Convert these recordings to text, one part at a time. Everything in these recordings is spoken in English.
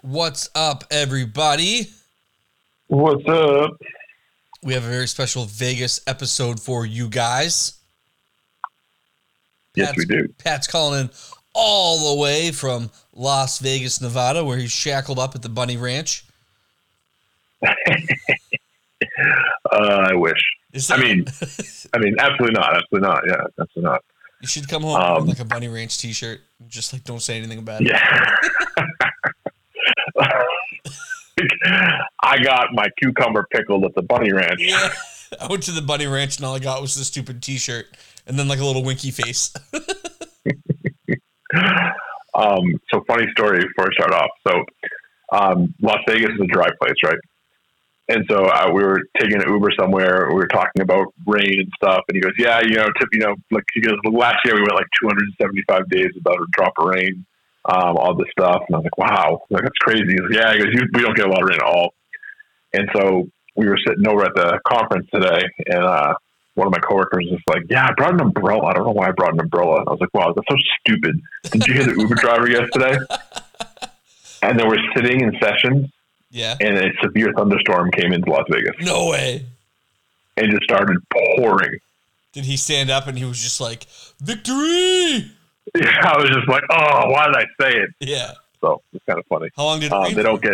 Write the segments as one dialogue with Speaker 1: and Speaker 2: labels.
Speaker 1: What's up, everybody?
Speaker 2: What's up?
Speaker 1: We have a very special Vegas episode for you guys.
Speaker 2: Yes, we do.
Speaker 1: Pat's calling in all the way from Las Vegas, Nevada, where he's shackled up at the Bunny Ranch.
Speaker 2: Uh, I wish.
Speaker 1: Is
Speaker 2: I mean- I mean, absolutely not. Absolutely not. Yeah, absolutely not.
Speaker 1: you should come home
Speaker 2: um,
Speaker 1: with like a Bunny Ranch T-shirt. Just like don't say anything about it.
Speaker 2: Yeah. I got my cucumber pickled at the Bunny Ranch.
Speaker 1: Yeah. I went to the Bunny Ranch and all I got was the stupid T-shirt and then like a little winky face.
Speaker 2: Um, so funny story before I start off. So um, Las Vegas is a dry place, right? And so uh, we were taking an Uber somewhere. We were talking about rain and stuff, and he goes, "Yeah, you know, tip, you know, like he goes, last year we went like 275 days without a drop of rain, um, all this stuff." And I was like, "Wow, like that's crazy." He goes, "Yeah," he goes, you, "We don't get a lot of rain at all." And so we were sitting over at the conference today, and uh, one of my coworkers was like, "Yeah, I brought an umbrella. I don't know why I brought an umbrella." And I was like, "Wow, that's so stupid." Did you hear the Uber driver yesterday? And then we're sitting in sessions,
Speaker 1: yeah.
Speaker 2: and a severe thunderstorm came into Las Vegas
Speaker 1: No way.
Speaker 2: and just started pouring.
Speaker 1: Did he stand up and he was just like victory?
Speaker 2: Yeah, I was just like, "Oh, why did I say it?"
Speaker 1: Yeah.
Speaker 2: So it's kind of funny.
Speaker 1: How long did it
Speaker 2: Um,
Speaker 1: rain
Speaker 2: they don't
Speaker 1: for?
Speaker 2: get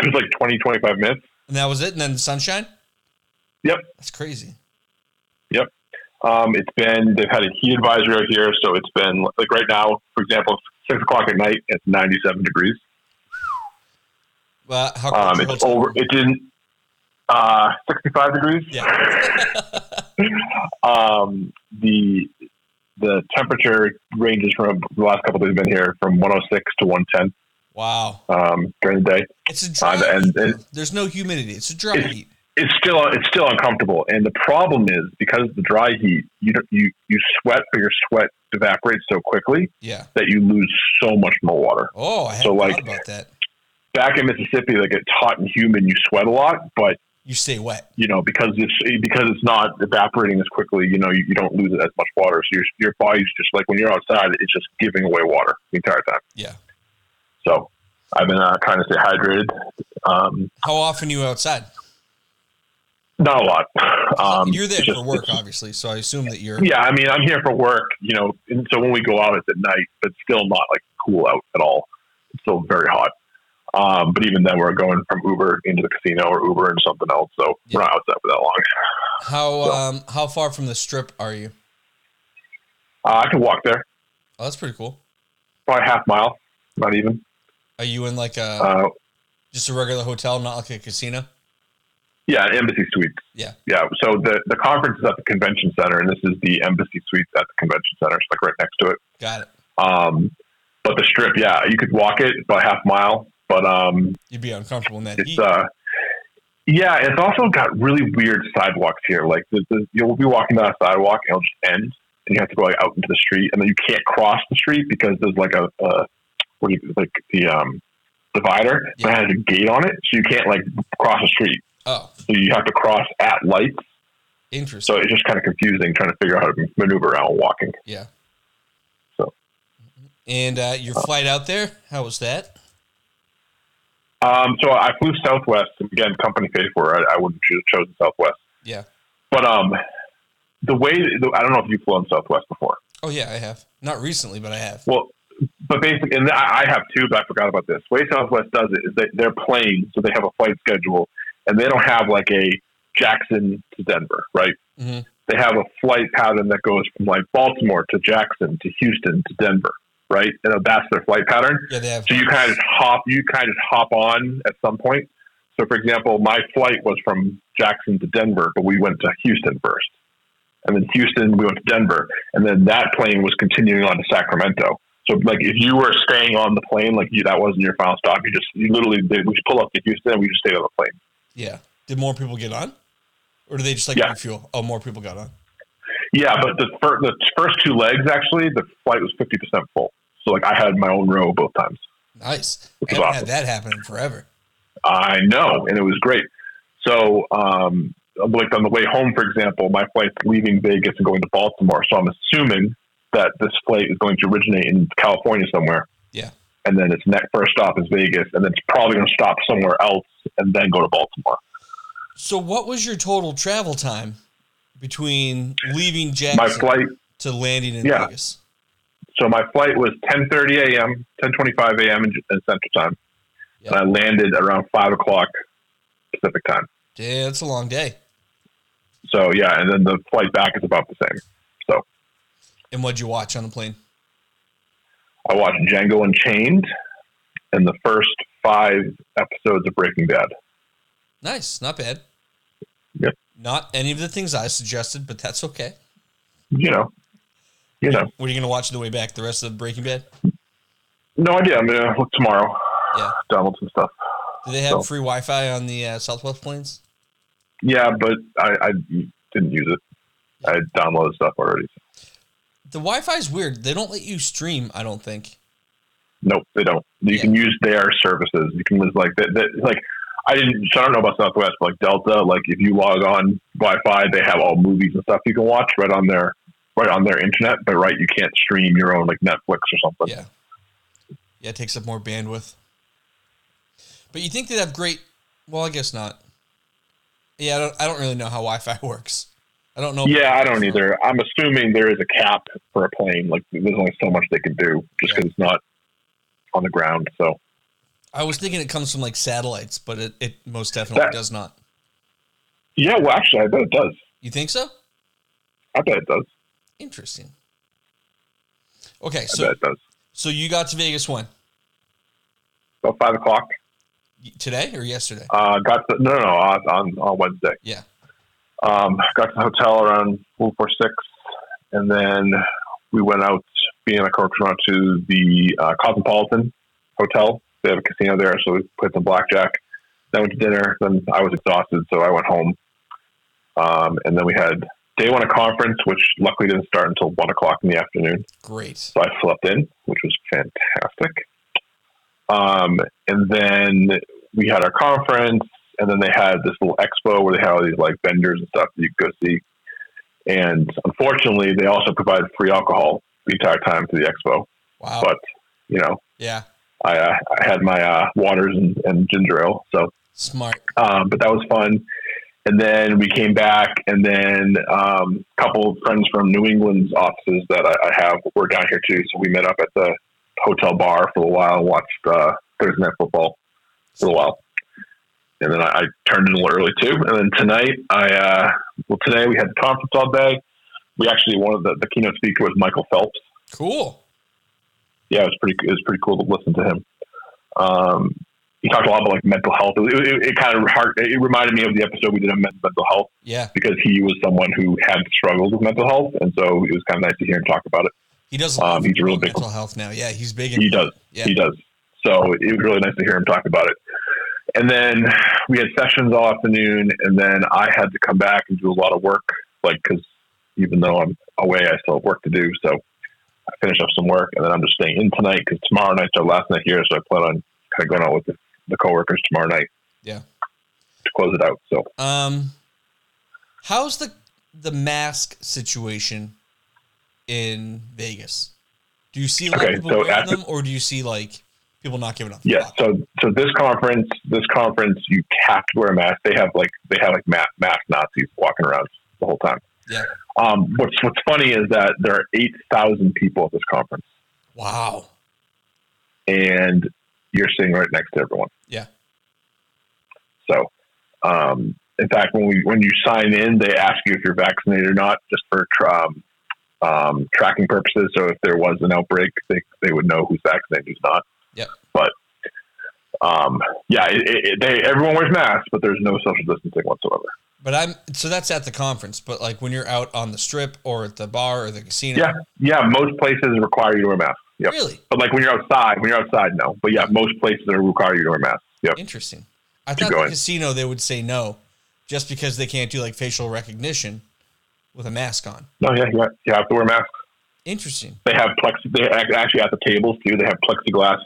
Speaker 2: it was like 20, 25 minutes.
Speaker 1: And that was it. And then sunshine.
Speaker 2: Yep.
Speaker 1: That's crazy.
Speaker 2: Um, it's been they've had a heat advisory out here, so it's been like right now, for example, six o'clock at night, it's ninety-seven degrees.
Speaker 1: Well, how
Speaker 2: Um,
Speaker 1: cold
Speaker 2: it's over. It didn't. Uh, sixty-five degrees. um, the the temperature ranges from the last couple of days been here from 106 to 110
Speaker 1: Wow.
Speaker 2: um, during the day.
Speaker 1: It's a dry.
Speaker 2: Uh, and- and-
Speaker 1: heat. There's no humidity. It's a dry
Speaker 2: It's-
Speaker 1: heat.
Speaker 2: It's still it's still uncomfortable, and the problem is because of the dry heat, you don't- you you sweat, but your sweat evaporates so quickly
Speaker 1: Yeah.
Speaker 2: that you lose so much more water.
Speaker 1: Oh, I hadn't
Speaker 2: So, like-
Speaker 1: thought about that.
Speaker 2: Back in Mississippi, like it's hot and humid, you sweat a lot, but
Speaker 1: You stay wet.
Speaker 2: you know, because it's because it's not evaporating as quickly, you know, you, you don't lose as much water. So your your body's just like when you're outside, it's just giving away water the entire time.
Speaker 1: Yeah.
Speaker 2: So I've been uh, trying to stay hydrated. Um,
Speaker 1: How often you outside?
Speaker 2: not a lot. Um,
Speaker 1: You're there
Speaker 2: it's just-
Speaker 1: for work, obviously. So I assume that you're.
Speaker 2: Yeah, I mean, I'm here for work, you know, and so when we go out, it's at night, but still not like cool out at all. It's still very hot. Um, but even then, we're going from Uber into the casino or Uber into something else, so we're not outside for that long.
Speaker 1: How um how far from the strip are you?
Speaker 2: Uh, I can walk there,
Speaker 1: Oh, that's pretty cool.
Speaker 2: probably half mile, not even.
Speaker 1: Are you in like a
Speaker 2: Uh,
Speaker 1: just a regular hotel, not like a casino?
Speaker 2: Yeah, Embassy Suites.
Speaker 1: Yeah.
Speaker 2: Yeah. So the, the conference is at the convention center, and this is the Embassy Suites at the convention center. It's like right next to it.
Speaker 1: Got it.
Speaker 2: Um, but the strip, yeah, you could walk it about half mile, but um,
Speaker 1: You'd be uncomfortable in that
Speaker 2: it's
Speaker 1: heat.
Speaker 2: uh, yeah, it's also got really weird sidewalks here. Like the, the, you'll be walking down a sidewalk, and it'll just end, and you have to go like out into the street, and then you can't cross the street because there's like a, a what do you like the um divider
Speaker 1: Yeah.
Speaker 2: that has a gate on it, so you can't like cross the street.
Speaker 1: oh,
Speaker 2: So you have to cross at lights.
Speaker 1: interesting.
Speaker 2: So it's just kind of confusing trying to figure out how to maneuver around walking.
Speaker 1: yeah.
Speaker 2: So.
Speaker 1: And uh, your flight out there, how was that?
Speaker 2: Um, so I flew Southwest, and again, company paid for it. I, I wouldn't have chosen Southwest.
Speaker 1: Yeah.
Speaker 2: But um, the way the, I don't know if you've flown Southwest before.
Speaker 1: Oh yeah, I have. Not recently, but I have.
Speaker 2: Well, but basically, and I, I have too, but I forgot about this. The way Southwest does it is they, they're playing, so they have a flight schedule, and they don't have like a Jackson to Denver, right?
Speaker 1: Mhm.
Speaker 2: They have a flight pattern that goes from like Baltimore to Jackson to Houston to Denver, right? And that's their flight pattern.
Speaker 1: Yeah, they have.
Speaker 2: So you kind of hop, you kind of hop on at some point. So, for example, my flight was from Jackson to Denver, but we went to Houston first, and then Houston we went to Denver, and then that plane was continuing on to Sacramento. So, like if you were staying on the plane, like you, that wasn't your final stop. You just you literally they, we just pull up to Houston, and we just stayed on the plane.
Speaker 1: Yeah. Did more people get on? Or do they just like
Speaker 2: Yeah.
Speaker 1: refuel? Oh, more people got on.
Speaker 2: Yeah, but the first the first two legs actually, the flight was fifty percent full. So, like I had my own row both times.
Speaker 1: Nice. I
Speaker 2: Which is
Speaker 1: haven't had
Speaker 2: awesome.
Speaker 1: that happen in forever.
Speaker 2: I know, and it was great. So, um, like on the way home, for example, my flight's leaving Vegas and going to Baltimore. So I'm assuming that this flight is going to originate in California somewhere.
Speaker 1: Yeah.
Speaker 2: and then its next first stop is Vegas, and then it's probably going to stop somewhere else and then go to Baltimore.
Speaker 1: So, what was your total travel time between leaving Jackson
Speaker 2: My flight,
Speaker 1: to landing in
Speaker 2: Yeah.
Speaker 1: Vegas?
Speaker 2: so my flight was 10:30 a.m., 10:25 a.m. in, in Central Time,
Speaker 1: Yeah.
Speaker 2: and I landed around five o'clock Pacific Time.
Speaker 1: Yeah, that's a long day.
Speaker 2: So yeah, and then the flight back is about the same.
Speaker 1: And what'd you watch on the plane?
Speaker 2: I watched Django Unchained and the first five episodes of Breaking Bad.
Speaker 1: Nice, not bad.
Speaker 2: Yep.
Speaker 1: Not any of the things I suggested, but that's okay.
Speaker 2: You know, you know,
Speaker 1: What are you going to watch on the way back? The rest of Breaking Bad?
Speaker 2: no idea. I'm gonna look tomorrow.
Speaker 1: Yeah.
Speaker 2: download some stuff.
Speaker 1: Do they have
Speaker 2: No.
Speaker 1: free Wi Fi on the uh, Southwest planes?
Speaker 2: Yeah, but I, I didn't use it. I downloaded stuff already.
Speaker 1: The Wi Fi is weird. They don't let you stream, I don't think.
Speaker 2: Nope, they don't. You
Speaker 1: Yeah.
Speaker 2: can use their services. You can use like that. that like I didn't. So I don't know about Southwest, but like Delta, like if you log on Wi-Fi, they have all movies and stuff you can watch right on their right on their internet. But right, you can't stream your own like Netflix or something.
Speaker 1: Yeah. Yeah, it takes up more bandwidth. But you think they'd have great. Well, I guess not. Yeah, I don't, I don't really know how Wi Fi works. I don't know.
Speaker 2: Yeah, I don't either. I'm assuming there is a cap for a plane. Like there's only so much they can do just
Speaker 1: Yeah.
Speaker 2: because it's not on the ground. So
Speaker 1: I was thinking it comes from like satellites, but it, it most definitely
Speaker 2: That-
Speaker 1: does not.
Speaker 2: yeah, well, actually, I bet it does.
Speaker 1: You think so?
Speaker 2: I bet it does.
Speaker 1: Interesting. Okay,
Speaker 2: I
Speaker 1: so
Speaker 2: bet it does.
Speaker 1: so you got to Vegas when
Speaker 2: About five o'clock.
Speaker 1: Y- today or yesterday?
Speaker 2: Uh, got to, no, no, no, on, on on Wednesday.
Speaker 1: Yeah.
Speaker 2: Um, got to the hotel around four four six, and then we went out being a Corcoran to the uh, Cosmopolitan Hotel. They have a casino there, so we played some blackjack. Then went to dinner. Then I was exhausted, so I went home. Um, and then we had day one of conference, which luckily didn't start until one o'clock in the afternoon.
Speaker 1: Great.
Speaker 2: So I slept in, which was fantastic. Um, and then we had our conference, and then they had this little expo where they had all these like vendors and stuff that you could go see. And unfortunately, they also provided free alcohol the entire time to the expo.
Speaker 1: Wow.
Speaker 2: But you know,
Speaker 1: yeah.
Speaker 2: I, uh, I had my uh, waters and, and ginger ale, so
Speaker 1: Smart.
Speaker 2: um, but that was fun. And then we came back, and then um, a couple of friends from New England's offices that I, I have were down here too. So we met up at the hotel bar for a while, and watched uh, Thursday Night Football for a while, and then I, I turned in a little early too. And then tonight, I uh, well today we had the conference all day. We actually one of the, the keynote speaker was Michael Phelps.
Speaker 1: Cool.
Speaker 2: Yeah, it was pretty it was pretty cool to listen to him. Um, he talked a lot about like mental health. It, it, it kind of heart, it reminded me of the episode we did on men- mental health
Speaker 1: Yeah.
Speaker 2: because he was someone who had struggled with mental health, and so it was kind of nice to hear him talk about it.
Speaker 1: He does.
Speaker 2: Um, he's a real big-
Speaker 1: mental health now. Yeah, he's big.
Speaker 2: He does,
Speaker 1: Yeah.
Speaker 2: he does. So it was really nice to hear him talk about it. And then we had sessions all afternoon, and then I had to come back and do a lot of work, like because even though I'm away, I still have work to do. So I finished up some work, and then I'm just staying in tonight because tomorrow night's our last night here, so I plan on kind of going out with the, the coworkers tomorrow night.
Speaker 1: Yeah.
Speaker 2: To close it out. So
Speaker 1: Um, how's the the mask situation in Vegas? Do you see a lot
Speaker 2: Okay,
Speaker 1: of people
Speaker 2: so
Speaker 1: wearing
Speaker 2: after-
Speaker 1: them, or do you see like people not giving up?
Speaker 2: Yeah. So so this conference, this conference, you have to wear a mask. They have like they have like mask, mask Nazis walking around the whole time.
Speaker 1: Yeah.
Speaker 2: Um, what's what's funny is that there are eight thousand people at this conference,
Speaker 1: Wow.
Speaker 2: and you're sitting right next to everyone.
Speaker 1: Yeah.
Speaker 2: So, um, in fact, when we when you sign in, they ask you if you're vaccinated or not, just for tr- um, um, tracking purposes. So if there was an outbreak, they they would know who's vaccinated, who's not.
Speaker 1: Yep.
Speaker 2: But um, yeah, it, it, it- they everyone wears masks, but there's no social distancing whatsoever.
Speaker 1: But I'm so that's at the conference. But like when you're out on the strip or at the bar or the casino,
Speaker 2: Yeah, yeah. Most places require you to wear masks. Yep.
Speaker 1: really
Speaker 2: But like when you're outside, when you're outside, no. But yeah, most places are require you to wear masks. Yep.
Speaker 1: interesting. I
Speaker 2: Keep
Speaker 1: thought the
Speaker 2: going.
Speaker 1: casino they would say no, just because they can't do like facial recognition with a mask on.
Speaker 2: No, yeah, yeah. You have to wear masks.
Speaker 1: Interesting.
Speaker 2: They have plexi. They ac- actually at the tables too. They have plexiglass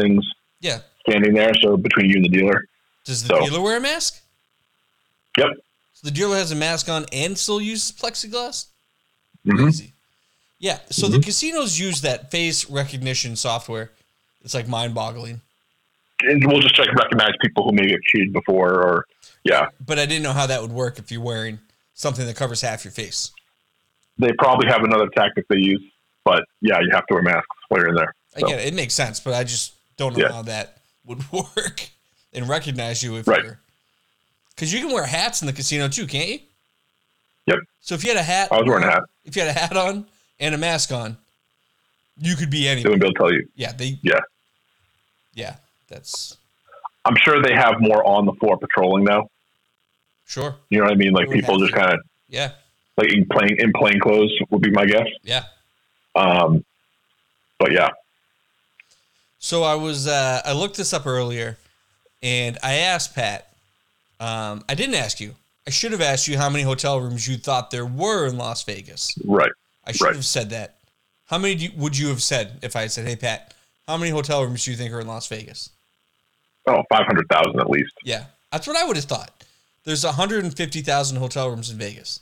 Speaker 2: things
Speaker 1: Yeah.
Speaker 2: standing there, so between you and the dealer.
Speaker 1: Does the
Speaker 2: So-
Speaker 1: dealer wear a mask?
Speaker 2: Yep.
Speaker 1: So the dealer has a mask on and still uses plexiglass?
Speaker 2: Mhm. Mm-hmm.
Speaker 1: Crazy. Yeah. So the casinos use that face recognition software It's like mind boggling.
Speaker 2: And we'll just like recognize people who maybe have cheated before, or yeah,
Speaker 1: But I didn't know how that would work if you're wearing something that covers half your face.
Speaker 2: they probably have another tactic they use. But yeah, you have to wear masks while you're in there. So-
Speaker 1: Again, it makes sense, but I just don't know
Speaker 2: Yeah.
Speaker 1: how that would work and recognize you if
Speaker 2: Right.
Speaker 1: you're. Because you can wear hats in the casino too, can't you?
Speaker 2: Yep.
Speaker 1: So if you had a hat,
Speaker 2: I was wearing a hat.
Speaker 1: If you had a hat on and a mask on, you could be
Speaker 2: They
Speaker 1: anywhere.
Speaker 2: wouldn't be able to tell you.
Speaker 1: Yeah, they.
Speaker 2: Yeah.
Speaker 1: Yeah, that's
Speaker 2: I'm sure they have more on the floor patrolling now.
Speaker 1: sure.
Speaker 2: You know what I mean? Like
Speaker 1: They would
Speaker 2: people
Speaker 1: have
Speaker 2: just
Speaker 1: to.
Speaker 2: kind of
Speaker 1: Yeah,
Speaker 2: like in plain in plain clothes would be my guess.
Speaker 1: yeah.
Speaker 2: Um, but yeah,
Speaker 1: So I was uh, I looked this up earlier, and I asked Pat. Um, I didn't ask you. I should have asked you how many hotel rooms you thought there were in Las Vegas.
Speaker 2: right.
Speaker 1: I should
Speaker 2: Right.
Speaker 1: have said that. How many do you, would you have said if I had said, "Hey Pat, how many hotel rooms do you think are in Las Vegas?"
Speaker 2: Oh, 500,000 at least.
Speaker 1: Yeah, that's what I would have thought. There's 150,000 hotel rooms in Vegas.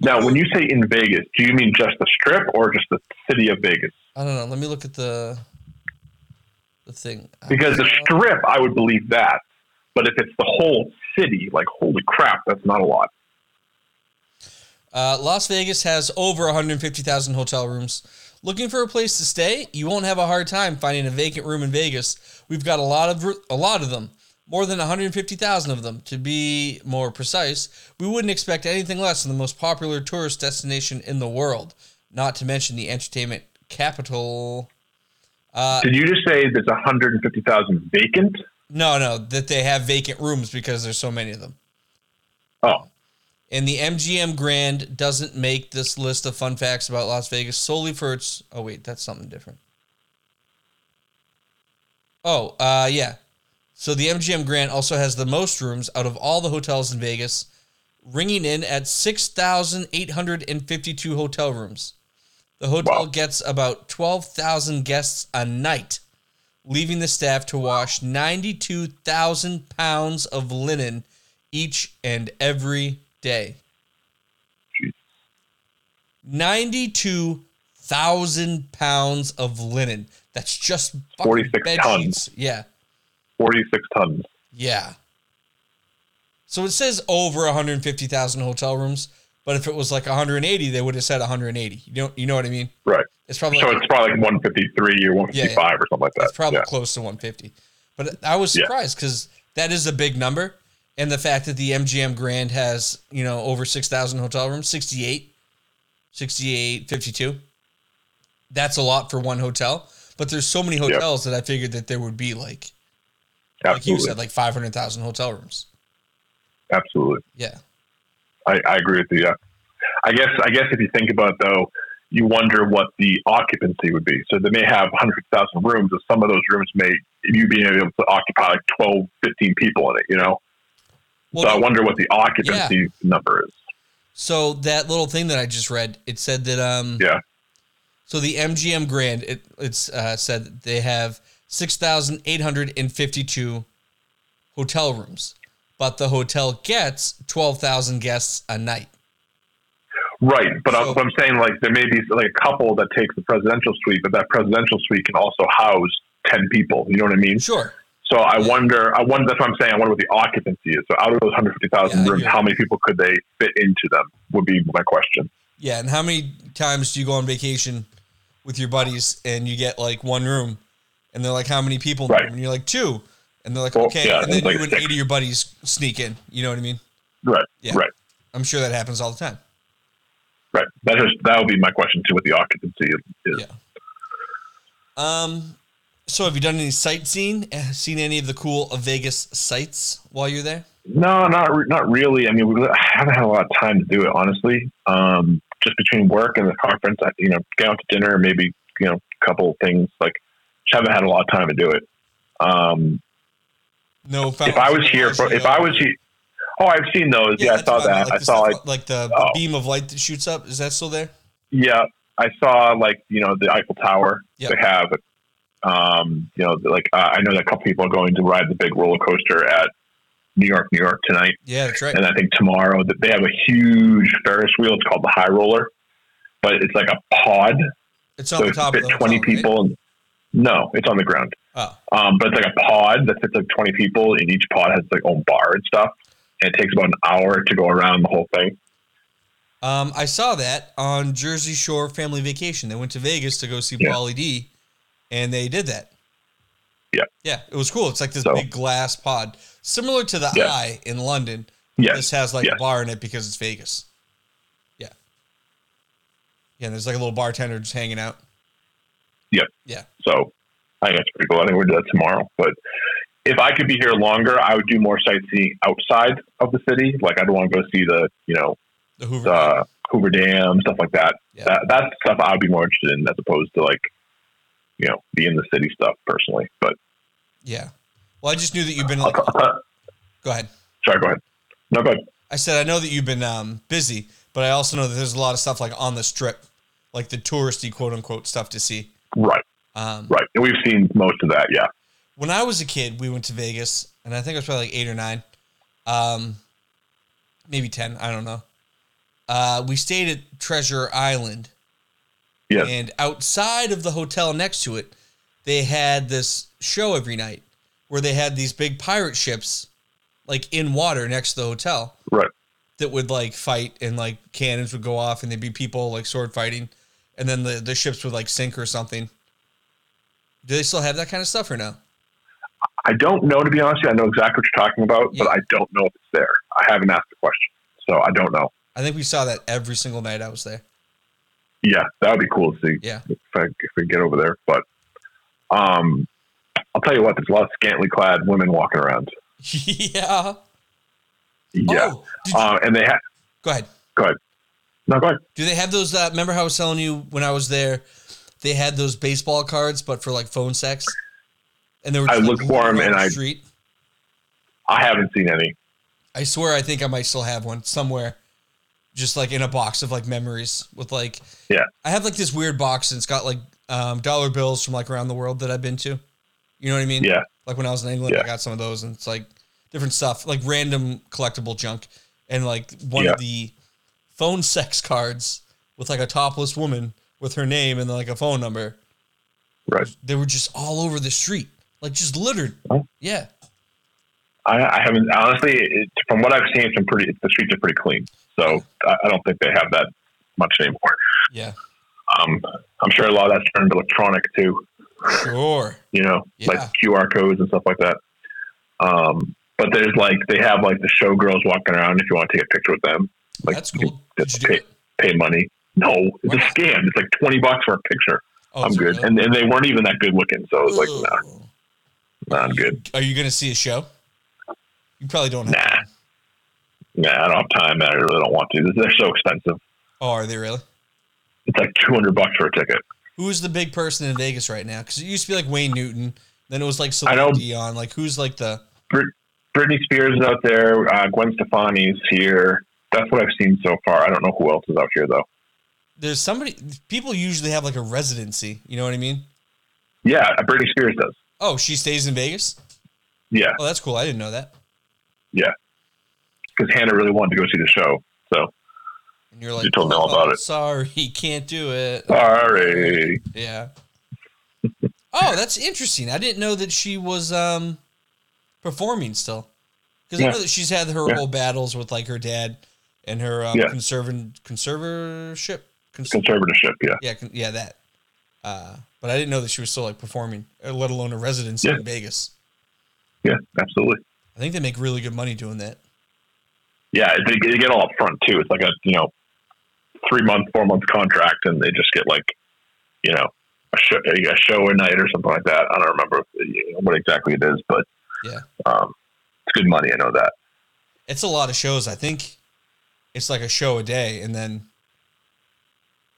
Speaker 2: Now, when you say in Vegas, do you mean just the strip or just the city of Vegas?
Speaker 1: I don't know. Let me look at the the thing.
Speaker 2: Because the
Speaker 1: Uh,
Speaker 2: strip, I would believe that. But if it's the whole city, like, holy crap, that's not a lot.
Speaker 1: Uh, Las Vegas has over 150,000 hotel rooms. Looking for a place to stay? You won't have a hard time finding a vacant room in Vegas. We've got a lot of a lot of them, more than 150,000 of them to be more precise. We wouldn't expect anything less than the most popular tourist destination in the world, not to mention the entertainment capital. Uh,
Speaker 2: Did you just say there's 150,000 vacant?
Speaker 1: no, no, that they have vacant rooms because there's so many of them.
Speaker 2: Oh,
Speaker 1: And the MGM Grand doesn't make this list of fun facts about Las Vegas solely for its. Oh wait, that's something different. Oh, uh, yeah. So the MGM Grand also has the most rooms out of all the hotels in Vegas, ringing in at six thousand eight hundred and fifty-two hotel rooms. The hotel
Speaker 2: Wow.
Speaker 1: gets about twelve thousand guests a night, leaving the staff to wash ninety-two thousand pounds of linen each and every day.
Speaker 2: Jeez.
Speaker 1: 92,000 pounds of linen. That's just fucking
Speaker 2: 46
Speaker 1: bed
Speaker 2: tons.
Speaker 1: sheets. Yeah.
Speaker 2: 46 tons.
Speaker 1: Yeah. So it says over 150,000 hotel rooms, but if it was like 180, they would have said 180. You know, you know what I mean?
Speaker 2: Right.
Speaker 1: It's probably
Speaker 2: So it's probably like 153 or 155 or something like that.
Speaker 1: it's probably
Speaker 2: yeah.
Speaker 1: close to 150. But I was
Speaker 2: Yeah.
Speaker 1: surprised because that is a big number, and the fact that the MGM Grand has you know over 6,000 hotel rooms, 68, 68, 52. That's a lot for one hotel. But there's so many hotels that I figured that there would be like like you
Speaker 2: Absolutely.
Speaker 1: said like 500,000 hotel rooms.
Speaker 2: Absolutely.
Speaker 1: Yeah,
Speaker 2: I, I agree with you. Yeah. I guess I guess if you think about it, though, you wonder what the occupancy would be. So they may have hundred thousand rooms, but some of those rooms may you being able to occupy like 12, 15 people in it. You know,
Speaker 1: well,
Speaker 2: so I wonder what the occupancy number is.
Speaker 1: So that little thing that I just read, it said that um
Speaker 2: Yeah.
Speaker 1: So the MGM Grand, it it's uh, said that they have six thousand eight hundred and fifty-two hotel rooms, but the hotel gets twelve thousand guests a night.
Speaker 2: Right, but
Speaker 1: So-
Speaker 2: I'm, but I'm saying like there may be like a couple that takes the presidential suite, but that presidential suite can also house ten people. You know what I mean?
Speaker 1: Sure.
Speaker 2: So I wonder. I wonder. That's what I'm saying. I wonder what the occupancy is. So out of those hundred fifty thousand
Speaker 1: Yeah,
Speaker 2: rooms,
Speaker 1: yeah.
Speaker 2: how many people could they fit into them? Would be my question.
Speaker 1: Yeah, and how many times do you go on vacation with your buddies and you get like one room, and they're like, "How many people?" in the
Speaker 2: Right.
Speaker 1: room?" And you're like, two. And they're like,
Speaker 2: Well,
Speaker 1: "Okay,"
Speaker 2: yeah,
Speaker 1: and then
Speaker 2: it's like
Speaker 1: you and
Speaker 2: six.
Speaker 1: eight of your buddies sneak in. You know what I mean?
Speaker 2: Right.
Speaker 1: Yeah.
Speaker 2: Right.
Speaker 1: I'm sure that happens all the time.
Speaker 2: Right. That is that would be my question too. What the occupancy is.
Speaker 1: Yeah. Um, so have you done any sightseeing? Eh, Seen any of the cool Vegas sights while you're there?
Speaker 2: No, not re- not really. I mean, we, I haven't had a lot of time to do it, honestly. Um, just between work and the conference, I, you know, get out to dinner, maybe you know, a couple of things. Like, just haven't had a lot of time to do it. Um,
Speaker 1: No.
Speaker 2: if I was here, for, if I was here, oh, I've seen those. Yeah, I
Speaker 1: that's
Speaker 2: saw
Speaker 1: what meant,
Speaker 2: that. I
Speaker 1: the
Speaker 2: saw
Speaker 1: stuff,
Speaker 2: like,
Speaker 1: like the, the
Speaker 2: oh.
Speaker 1: beam of light that shoots up. Is that still there?
Speaker 2: yeah, I saw like you know the Eiffel Tower
Speaker 1: Yeah.
Speaker 2: they have. Um, you know, like uh, I know that a couple people are going to ride the big roller coaster at New York, New York tonight.
Speaker 1: Yeah, that's right.
Speaker 2: and I think tomorrow that they have a huge Ferris wheel. It's called the High Roller, but it's like a pod,
Speaker 1: It's
Speaker 2: so
Speaker 1: on the
Speaker 2: it can
Speaker 1: top of
Speaker 2: fit
Speaker 1: the
Speaker 2: twenty
Speaker 1: hotel, right?
Speaker 2: people. And No, it's on the ground.
Speaker 1: Oh,
Speaker 2: Um, but it's like a pod that fits like 20 people, and each pod has its own bar and stuff. And it takes about an hour to go around the whole thing.
Speaker 1: um, I saw that on Jersey Shore Family Vacation. They went to Vegas to go see
Speaker 2: Yeah.
Speaker 1: Pauly D, and they did that.
Speaker 2: Yeah.
Speaker 1: yeah, it was cool. It's like this
Speaker 2: So-
Speaker 1: big glass pod, similar to the
Speaker 2: Yeah.
Speaker 1: Eye in London.
Speaker 2: Yes.
Speaker 1: This has like
Speaker 2: yes.
Speaker 1: a bar in it because it's Vegas. Yeah, yeah. And there's like a little bartender just hanging out.
Speaker 2: So I think that's pretty cool. I think we'll do that tomorrow. But if I could be here longer, I would do more sightseeing outside of the city. Like I'd want to go see the, you know,
Speaker 1: The Hoover.
Speaker 2: the uh, Hoover Dam, stuff like that.
Speaker 1: Yeah.
Speaker 2: That that stuff I'd be more interested in as opposed to like, you know, the in the city stuff personally. But
Speaker 1: yeah. Well, I just knew that you've been
Speaker 2: I'll
Speaker 1: like.
Speaker 2: t-
Speaker 1: Go ahead.
Speaker 2: sorry, go ahead. No, go ahead.
Speaker 1: I said I know that you've been um, busy, but I also know that there's a lot of stuff like on the strip, like the touristy quote unquote stuff to see.
Speaker 2: Right,
Speaker 1: Um,
Speaker 2: right. And we've seen most of that. Yeah,
Speaker 1: When I was a kid, we went to Vegas, and I think I was probably like eight or nine, um, maybe ten. I don't know. Uh, we stayed at Treasure Island,
Speaker 2: Yes.
Speaker 1: and outside of the hotel next to it, they had this show every night where they had these big pirate ships, like in water next to the hotel,
Speaker 2: right.
Speaker 1: that would like fight and like cannons would go off and there'd be people like sword fighting and then the, the ships would like sink or something. Do they still have that kind of stuff or no?
Speaker 2: I don't know to be honest. With you. I know exactly what you're talking about,
Speaker 1: Yeah.
Speaker 2: but I don't know if it's there. I haven't asked the question, so I don't know.
Speaker 1: I think we saw that every single night I was there.
Speaker 2: Yeah, that would be cool to see.
Speaker 1: Yeah.
Speaker 2: if I, if we get over there. But um, I'll tell you what, there's a lot of scantily clad women walking around.
Speaker 1: yeah.
Speaker 2: Yeah,
Speaker 1: Oh, did you,
Speaker 2: uh, and they ha-
Speaker 1: go ahead.
Speaker 2: no go ahead.
Speaker 1: Do they have those? Uh, remember how I was telling you when I was there, they had those baseball cards, but for like phone sex. And they were.
Speaker 2: I
Speaker 1: just, like,
Speaker 2: looked for 'em
Speaker 1: laying on
Speaker 2: and
Speaker 1: the
Speaker 2: I-
Speaker 1: Street.
Speaker 2: I haven't seen any.
Speaker 1: I swear, I think I might still have one somewhere, just like in a box of like memories with like.
Speaker 2: Yeah.
Speaker 1: I have like this weird box and it's got like um, dollar bills from like around the world that I've been to. You know what I mean?
Speaker 2: Yeah,
Speaker 1: Like when I was in England, I
Speaker 2: Yeah.
Speaker 1: got some of those, and it's like different stuff, like random collectible junk, and like one
Speaker 2: Yeah.
Speaker 1: of the phone sex cards with like a topless woman with her name and like a phone number.
Speaker 2: Right.
Speaker 1: They were just all over the street, like just littered.
Speaker 2: Oh.
Speaker 1: Yeah.
Speaker 2: I, I haven't. Honestly, it, from what I've seen, it's been pretty. The streets are pretty clean, so I, I don't think they have that much anymore.
Speaker 1: Yeah.
Speaker 2: Um, I'm sure a lot of that's turned electronic too.
Speaker 1: Sure.
Speaker 2: You know, like
Speaker 1: Yeah.
Speaker 2: QR codes and stuff like that. Um, but there's like they have like the showgirls walking around. If you want to take a picture with them, like
Speaker 1: That's
Speaker 2: you can
Speaker 1: cool. Did you
Speaker 2: just
Speaker 1: do
Speaker 2: pay,
Speaker 1: it?
Speaker 2: pay money. No, it's
Speaker 1: Why
Speaker 2: a
Speaker 1: not?
Speaker 2: scam. It's like twenty bucks for a picture.
Speaker 1: Oh,
Speaker 2: I'm
Speaker 1: is it
Speaker 2: good,
Speaker 1: really?
Speaker 2: and, and they weren't even that good looking. So I was like, nah,
Speaker 1: Ugh.
Speaker 2: nah, I'm good.
Speaker 1: Are you going to see a show? You probably don't have.
Speaker 2: Nah.
Speaker 1: time.
Speaker 2: Nah, I don't have time. and I really don't want to. They're so expensive.
Speaker 1: Oh, are they really?
Speaker 2: It's like two hundred bucks for a ticket.
Speaker 1: Who's the big person in Vegas right now? Because it used to be like Wayne Newton, then it was like
Speaker 2: I
Speaker 1: Celine
Speaker 2: don't-
Speaker 1: Dion. Like who's like the
Speaker 2: Britney Spears is out there. Uh, Gwen Stefani's here. That's what I've seen so far. I don't know who else is out here though.
Speaker 1: there's somebody people usually have like a residency. You know what I mean?
Speaker 2: Yeah, Britney Spears does.
Speaker 1: Oh, she stays in Vegas.
Speaker 2: Yeah,
Speaker 1: Oh, that's cool. I didn't know that.
Speaker 2: because Hannah really wanted to go see the show. So
Speaker 1: And you're like,
Speaker 2: You told me all
Speaker 1: "Oh,
Speaker 2: about it."
Speaker 1: Sorry, can't do it.
Speaker 2: sorry.
Speaker 1: Yeah. oh, that's interesting. I didn't know that she was um performing still. Because I
Speaker 2: Yeah.
Speaker 1: know that she's had her
Speaker 2: Yeah.
Speaker 1: whole battles with like her dad and her um,
Speaker 2: Yeah.
Speaker 1: conservan conservatorship. Cons-
Speaker 2: Conservatorship. Yeah,
Speaker 1: yeah, con- yeah, that. Uh, but I didn't know that she was still like performing, uh, let alone a residency
Speaker 2: Yeah.
Speaker 1: in Vegas.
Speaker 2: yeah, absolutely.
Speaker 1: I think they make really good money doing that.
Speaker 2: Yeah, they, they get all up front too. It's like a you know three month, four month contract, and they just get like you know a show, a show a night or something like that. I don't remember you know, what exactly it is, but
Speaker 1: Yeah.
Speaker 2: um, it's good money. I know that.
Speaker 1: It's a lot of shows. I think it's like a show a day, and then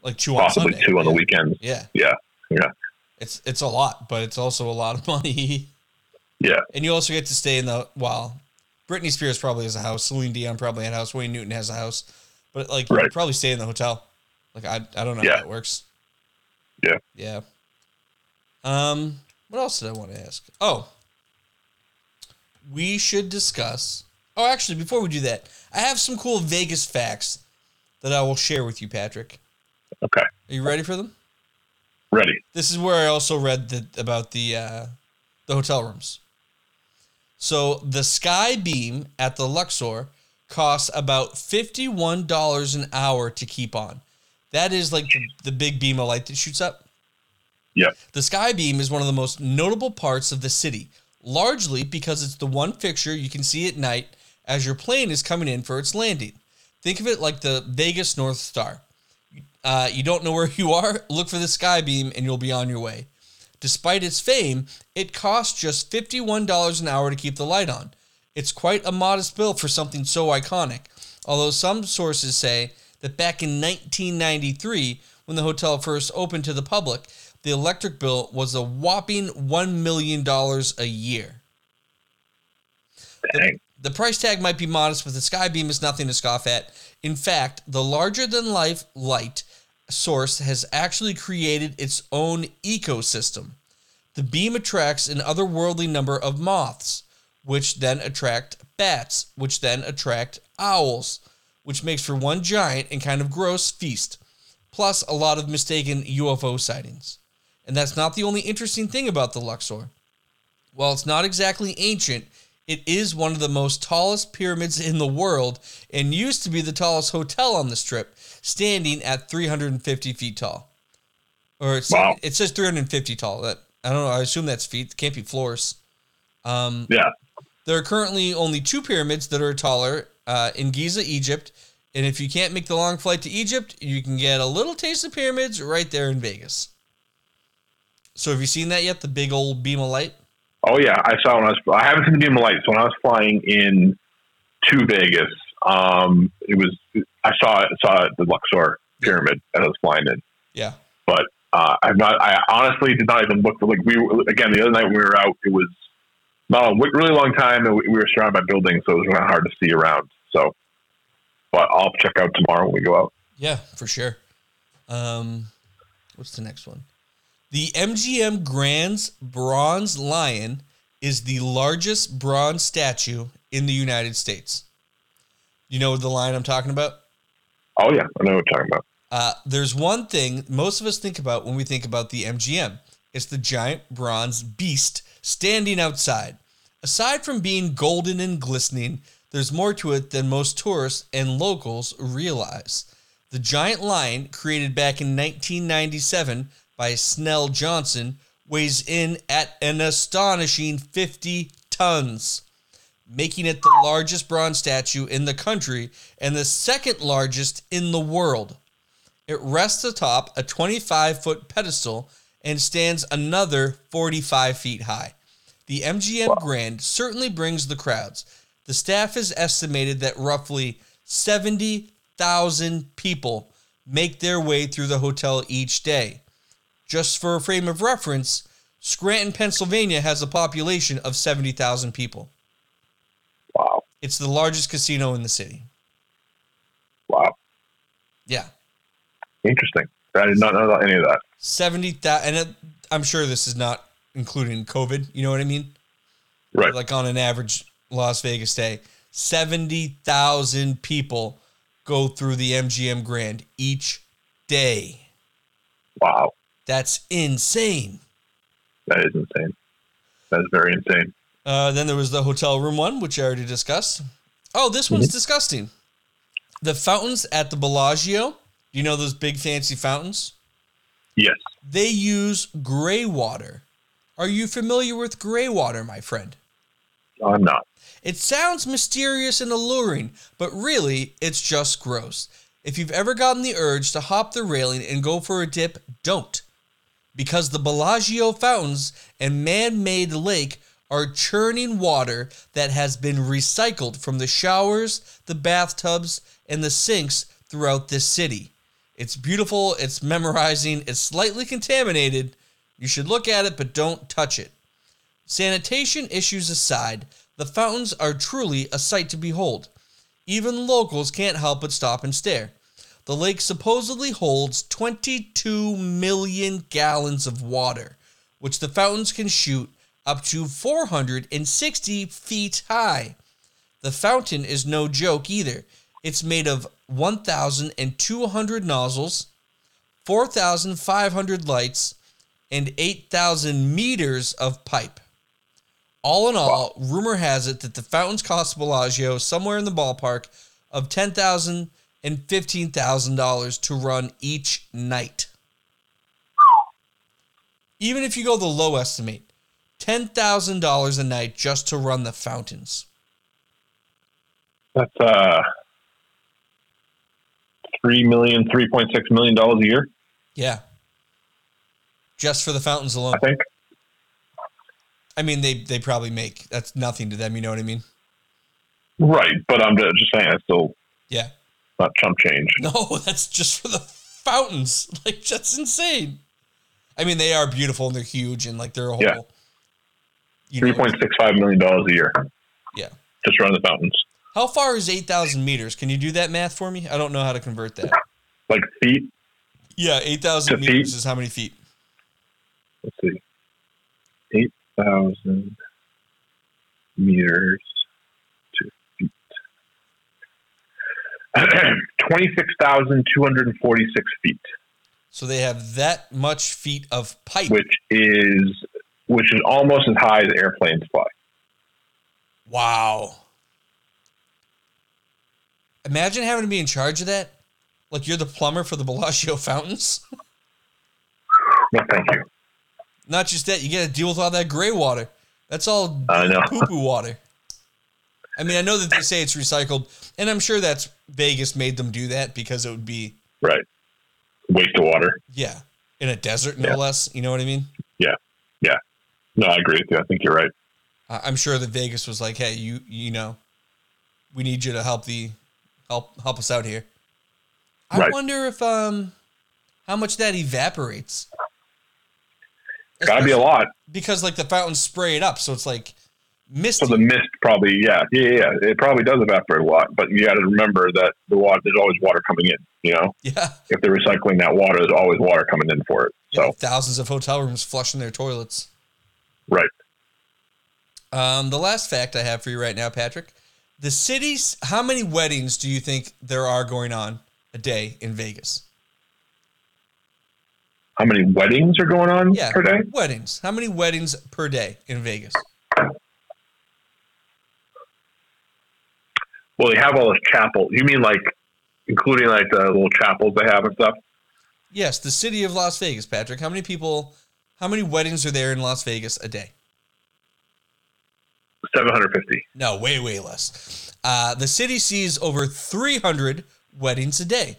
Speaker 1: like two on
Speaker 2: Possibly
Speaker 1: Sunday.
Speaker 2: two on the
Speaker 1: Yeah.
Speaker 2: weekends.
Speaker 1: Yeah.
Speaker 2: Yeah, yeah.
Speaker 1: It's it's a lot, but it's also a lot of money.
Speaker 2: Yeah.
Speaker 1: And you also get to stay in the well, Britney Spears probably has a house, Celine Dion probably had a house, Wayne Newton has a house. But like you
Speaker 2: Right.
Speaker 1: could probably stay in the hotel. Like I I don't know
Speaker 2: Yeah.
Speaker 1: how that works.
Speaker 2: Yeah.
Speaker 1: Yeah. Um what else did I want to ask? Oh. We should discuss Oh actually before we do that, I have some cool Vegas facts that I will share with you, Patrick.
Speaker 2: Okay.
Speaker 1: Are you ready for them?
Speaker 2: ready.
Speaker 1: This is where I also read that about the uh, the hotel rooms. So the Sky Beam at the Luxor costs about fifty one dollars an hour to keep on. That is like the, the big beam of light that shoots up.
Speaker 2: Yep.
Speaker 1: The sky beam is one of the most notable parts of the city, largely because it's the one fixture you can see at night as your plane is coming in for its landing. Think of it like the Vegas North Star. Uh, you don't know where you are, look for the sky beam and you'll be on your way. Despite its fame, it costs just $51 an hour to keep the light on. It's quite a modest bill for something so iconic, although some sources say that back in 1993, when the hotel first opened to the public, the electric bill was a whopping $1 million a year. The,
Speaker 2: Dang.
Speaker 1: the price tag might be modest, but the Skybeam is nothing to scoff at. In fact, the larger than life light source has actually created its own ecosystem. The beam attracts an otherworldly number of moths, which then attract bats, which then attract owls, which makes for one giant and kind of gross feast, plus a lot of mistaken UFO sightings. And that's not the only interesting thing about the Luxor. While it's not exactly ancient, it is one of the most tallest pyramids in the world and used to be the tallest hotel on the strip, standing at 350 feet tall. Or it's,
Speaker 2: Wow.
Speaker 1: it says 350 tall. That I don't know. I assume that's feet. It can't be floors. Um,
Speaker 2: Yeah.
Speaker 1: there are currently only two pyramids that are taller uh, in Giza, Egypt. And if you can't make the long flight to Egypt, you can get a little taste of pyramids right there in Vegas. So have you seen that yet? The big old beam of light.
Speaker 2: Oh yeah, I saw when I was. I haven't seen the beam of light. So when I was flying in to Vegas, um, it was I saw it saw it at the Luxor pyramid as I was flying in.
Speaker 1: Yeah.
Speaker 2: Uh, I've not. I honestly did not even look. Like we were, again the other night when we were out, it was not a w- really long time, and we, we were surrounded by buildings, so it was kind of hard to see around. So, but I'll check out tomorrow when we go out.
Speaker 1: Yeah, for sure. Um, what's the next one? The MGM Grand's bronze lion is the largest bronze statue in the United States. You know the lion I'm talking about?
Speaker 2: Oh yeah, I know what you're talking about.
Speaker 1: Uh, there's one thing most of us think about when we think about the MGM. It's the giant bronze beast standing outside. Aside from being golden and glistening, there's more to it than most tourists and locals realize. The giant lion, created back in 1997 by Snell Johnson, weighs in at an astonishing 50 tons making it the largest bronze statue in the country and the second largest in the world. It rests atop a 25 foot pedestal and stands another 45 feet high. The MGM Grand certainly brings the crowds. The staff has estimated that roughly 70,000 people make their way through the hotel each day. Just for a frame of reference, Scranton, Pennsylvania has a population of 70,000 people.
Speaker 2: Wow,
Speaker 1: It's the largest casino in the city.
Speaker 2: wow,
Speaker 1: Yeah,
Speaker 2: interesting. I did not know about any of that.
Speaker 1: seventy thousand. And it, I'm sure this is not including COVID. You know what I mean?
Speaker 2: Right.
Speaker 1: Like on an average Las Vegas day, seventy thousand people go through the MGM Grand each day.
Speaker 2: Wow,
Speaker 1: That's insane.
Speaker 2: that is insane. That is very insane.
Speaker 1: Uh, then there was the hotel room one, which I already discussed. Oh, this one's disgusting. The fountains at the Bellagio. You know those big fancy fountains?
Speaker 2: Yes.
Speaker 1: They use gray water. Are you familiar with gray water, my friend?
Speaker 2: I'm not.
Speaker 1: It sounds mysterious and alluring, but really, it's just gross. If you've ever gotten the urge to hop the railing and go for a dip, don't. Because the Bellagio fountains and man made lake are churning water that has been recycled from the showers, the bathtubs, and the sinks throughout this city. It's beautiful, it's memorizing, it's slightly contaminated. You should look at it, but don't touch it. Sanitation issues aside, the fountains are truly a sight to behold. Even locals can't help but stop and stare. The lake supposedly holds 22 million gallons of water, which the fountains can shoot up to 460 feet high. The fountain is no joke either. It's made of 1,200 nozzles, 4,500 lights, and 8,000 meters of pipe. All in all, rumor has it that the fountains cost Bellagio somewhere in the ballpark of $10,000 and $15,000 to run each night. Even if you go the low estimate, $10,000 a night just to run the fountains.
Speaker 2: That's uh, three million, three point six million dollars a year.
Speaker 1: Yeah. Just for the fountains alone.
Speaker 2: I think.
Speaker 1: I mean, they, they probably make that's nothing to them. You know what I mean?
Speaker 2: Right, but I'm ju- just saying it's still
Speaker 1: Yeah.
Speaker 2: not chump change.
Speaker 1: No, that's just for the fountains. Like that's insane. I mean, they are beautiful and they're huge and like they're a whole.
Speaker 2: Yeah.
Speaker 1: you know,
Speaker 2: Three point six five million dollars a year.
Speaker 1: Yeah.
Speaker 2: Just run the fountains.
Speaker 1: How far is eight thousand meters? Can you do that math for me? I don't know how to convert that.
Speaker 2: Like feet.
Speaker 1: Yeah, eight thousand
Speaker 2: To feet?
Speaker 1: meters is how many feet?
Speaker 2: Let's see. Eight thousand meters to feet. Twenty-six thousand two hundred and forty-six feet,
Speaker 1: So they have that much feet of pipe.
Speaker 2: which is which is almost as high as airplanes fly.
Speaker 1: Wow. Imagine having to be in charge of that. Like you're the plumber for the Bellagio fountains.
Speaker 2: No, thank you.
Speaker 1: Not just that, you got to deal with all that gray water. That's all
Speaker 2: I know.
Speaker 1: poo poo water. I mean, I know that they say it's recycled, and I'm sure that's Vegas made them do that because it would be,
Speaker 2: Right. Waste of water.
Speaker 1: yeah, in a desert, no
Speaker 2: Yeah.
Speaker 1: less. You know what I mean?
Speaker 2: No, I agree with you. I think you're right.
Speaker 1: I- I'm sure that Vegas was like, hey, you, you know, we need you to help the, help, help us out here. I
Speaker 2: Right.
Speaker 1: wonder if, um, how much that evaporates.
Speaker 2: Gotta be a lot.
Speaker 1: Because like the fountains spray it up, so it's like misty.
Speaker 2: So the mist probably, yeah, yeah, yeah. yeah. It probably does evaporate a lot, but you got to remember that the water, there's always water coming in. You know,
Speaker 1: yeah.
Speaker 2: if they're recycling that water, there's always water coming in for it.
Speaker 1: Yeah,
Speaker 2: So,
Speaker 1: thousands of hotel rooms flushing their toilets.
Speaker 2: right.
Speaker 1: Um, the last fact I have for you right now, Patrick, the city's how many weddings do you think there are going on a day in Vegas?
Speaker 2: How many weddings are going on
Speaker 1: Yeah.
Speaker 2: per day?
Speaker 1: Weddings. How many weddings per day in Vegas?
Speaker 2: Well, they have all those chapels. You mean like, including like the little chapels they have and stuff?
Speaker 1: Yes, the city of Las Vegas, Patrick. How many people? How many weddings are there in Las Vegas a day?
Speaker 2: 750.
Speaker 1: No, way, way less. Uh, the city sees over 300 weddings a day.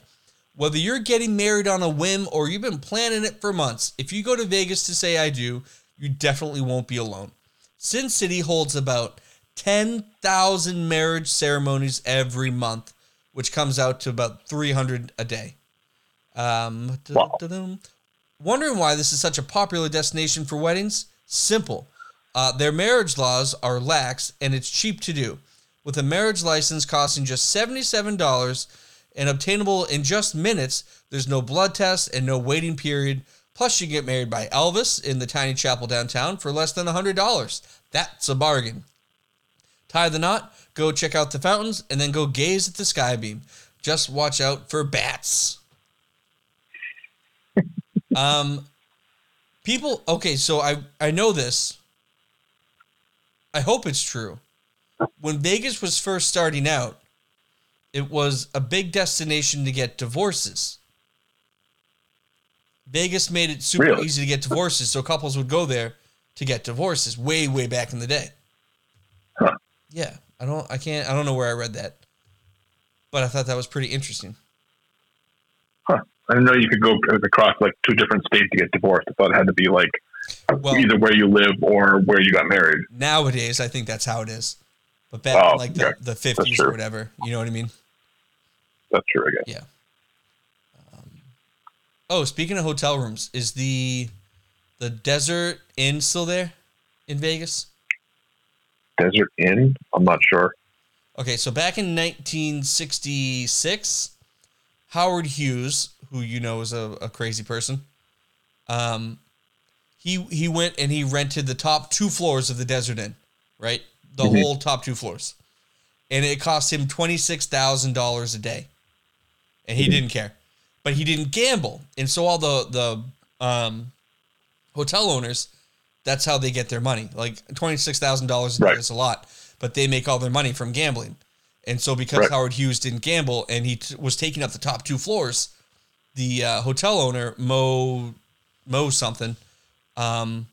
Speaker 1: Whether you're getting married on a whim or you've been planning it for months, if you go to Vegas to say I do, you definitely won't be alone. Sin City holds about 10,000 marriage ceremonies every month, which comes out to about 300 a day. Um,
Speaker 2: Wow.
Speaker 1: dun-dun-dun. Wondering why this is such a popular destination for weddings? Simple. Uh, their marriage laws are lax and it's cheap to do, with a marriage license costing just $77 and obtainable in just minutes. There's no blood test and no waiting period. Plus, you get married by Elvis in the tiny chapel downtown for less than $100. That's a bargain. Tie the knot, go check out the fountains, and then go gaze at the skybeam. Just watch out for bats. um, people, okay, so I, I know this. I hope it's true. When Vegas was first starting out, it was a big destination to get divorces. Vegas made it super
Speaker 2: Really?
Speaker 1: easy to get divorces, so couples would go there to get divorces way, way back in the day.
Speaker 2: Huh.
Speaker 1: Yeah, I don't, I can't, I don't know where I read that, but I thought that was pretty interesting.
Speaker 2: I didn't know you could go across like two different states to get divorced. I thought it had to be like
Speaker 1: Well,
Speaker 2: either where you live or where you got married.
Speaker 1: nowadays I think that's how it is, but back
Speaker 2: Oh,
Speaker 1: in like the,
Speaker 2: okay.
Speaker 1: the 50s or
Speaker 2: true.
Speaker 1: whatever, you know what I mean?
Speaker 2: That's true, I guess.
Speaker 1: Um, Oh, speaking of hotel rooms, is the the Desert Inn still there in Vegas?
Speaker 2: Desert Inn? I'm not sure.
Speaker 1: Okay, so back in 1966, Howard Hughes, who you know is a, a crazy person, um, he he went and he rented the top two floors of the Desert Inn, right? The
Speaker 2: Mhm.
Speaker 1: whole top two floors, and it cost him twenty six thousand dollars a day, and he didn't care, but he didn't gamble, and so all the the um, hotel owners, that's how they get their money. Like twenty six thousand dollars a year
Speaker 2: Right.
Speaker 1: is a lot, but they make all their money from gambling. And so, because
Speaker 2: Right.
Speaker 1: Howard Hughes didn't gamble and he t- was taking up the top two floors, the uh, hotel owner Mo Mo something um,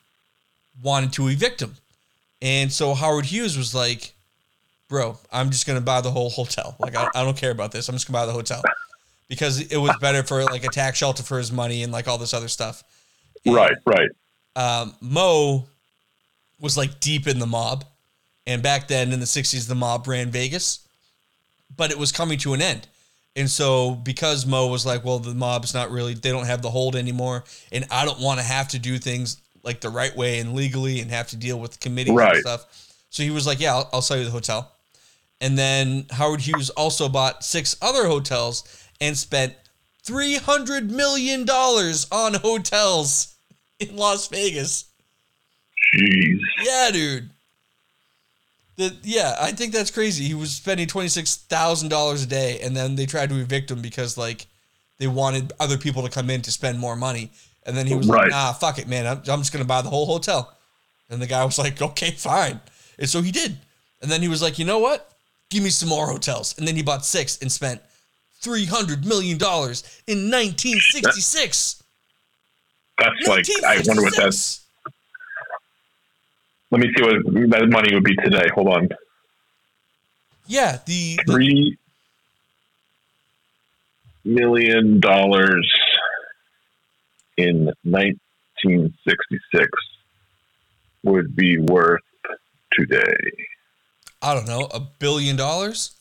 Speaker 1: wanted to evict him, and so Howard Hughes was like, "Bro, I'm just gonna buy the whole hotel. Like, I, I don't care about this. I'm just gonna buy the hotel because it was better for like a tax shelter for his money and like all this other stuff." And,
Speaker 2: Right, right.
Speaker 1: um, Mo was like deep in the mob, and back then in the '60s, the mob ran Vegas, but it was coming to an end. And so, because Mo was like, "Well, the mob's not really—they don't have the hold anymore," and I don't want to have to do things like the right way and legally, and have to deal with committees
Speaker 2: Right.
Speaker 1: and stuff. So he was like, "Yeah, I'll, I'll sell you the hotel." And then Howard Hughes also bought six other hotels and spent three hundred million dollars on hotels in Las Vegas.
Speaker 2: Jeez.
Speaker 1: Yeah, dude. The, yeah, I think that's crazy. He was spending twenty six thousand dollars a day, and then they tried to evict him because like they wanted other people to come in to spend more money, and then he was like,
Speaker 2: Right.
Speaker 1: "Nah, fuck it, man. I'm, I'm just gonna buy the whole hotel." And the guy was like, "Okay, fine." And so he did. And then he was like, "You know what? Give me some more hotels." And then he bought six and spent three hundred million dollars in nineteen sixty six.
Speaker 2: That's like I wonder what that's. Let me see what that money would be today. Hold on.
Speaker 1: Yeah, the, the
Speaker 2: Three million dollars in nineteen sixty six would be worth today.
Speaker 1: I don't know, a billion dollars.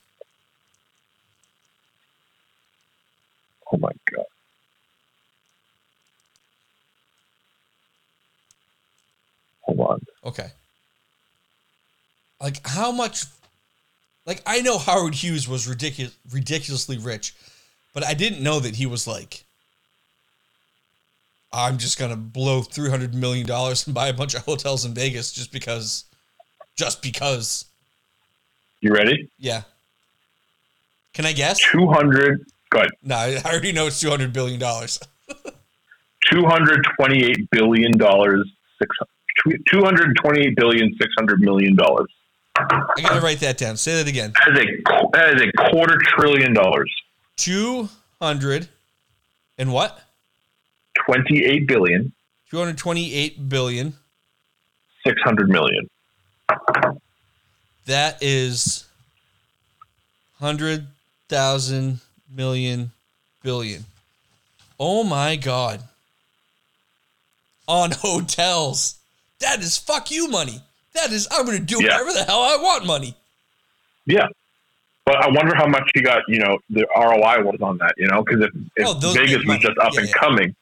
Speaker 2: Oh my god. Hold on.
Speaker 1: Okay. Like how much? Like I know Howard Hughes was ridiculous, ridiculously rich, but I didn't know that he was like, I'm just gonna blow three hundred million dollars and buy a bunch of hotels in Vegas just because, just because.
Speaker 2: You ready?
Speaker 1: Yeah. Can I guess?
Speaker 2: Two hundred good.
Speaker 1: No, I already know it's two hundred billion dollars.
Speaker 2: Two hundred twenty eight billion dollars six two hundred twenty eight billion six hundred million dollars.
Speaker 1: I gotta write that down. Say that again.
Speaker 2: That is a qu- that is a quarter trillion dollars.
Speaker 1: Two hundred and what?
Speaker 2: Twenty eight billion
Speaker 1: Two hundred twenty-eight billion.
Speaker 2: six hundred million.
Speaker 1: That is hundred thousand million billion. Oh my god. On hotels. That is fuck you money. That is I'm gonna do
Speaker 2: Yeah.
Speaker 1: whatever the hell I want money.
Speaker 2: Yeah. But I wonder how much he got, you know, the ROI was on that, you know, because if, if
Speaker 1: Oh, those
Speaker 2: Vegas
Speaker 1: make
Speaker 2: was
Speaker 1: money.
Speaker 2: just up
Speaker 1: Yeah,
Speaker 2: and
Speaker 1: yeah.
Speaker 2: coming,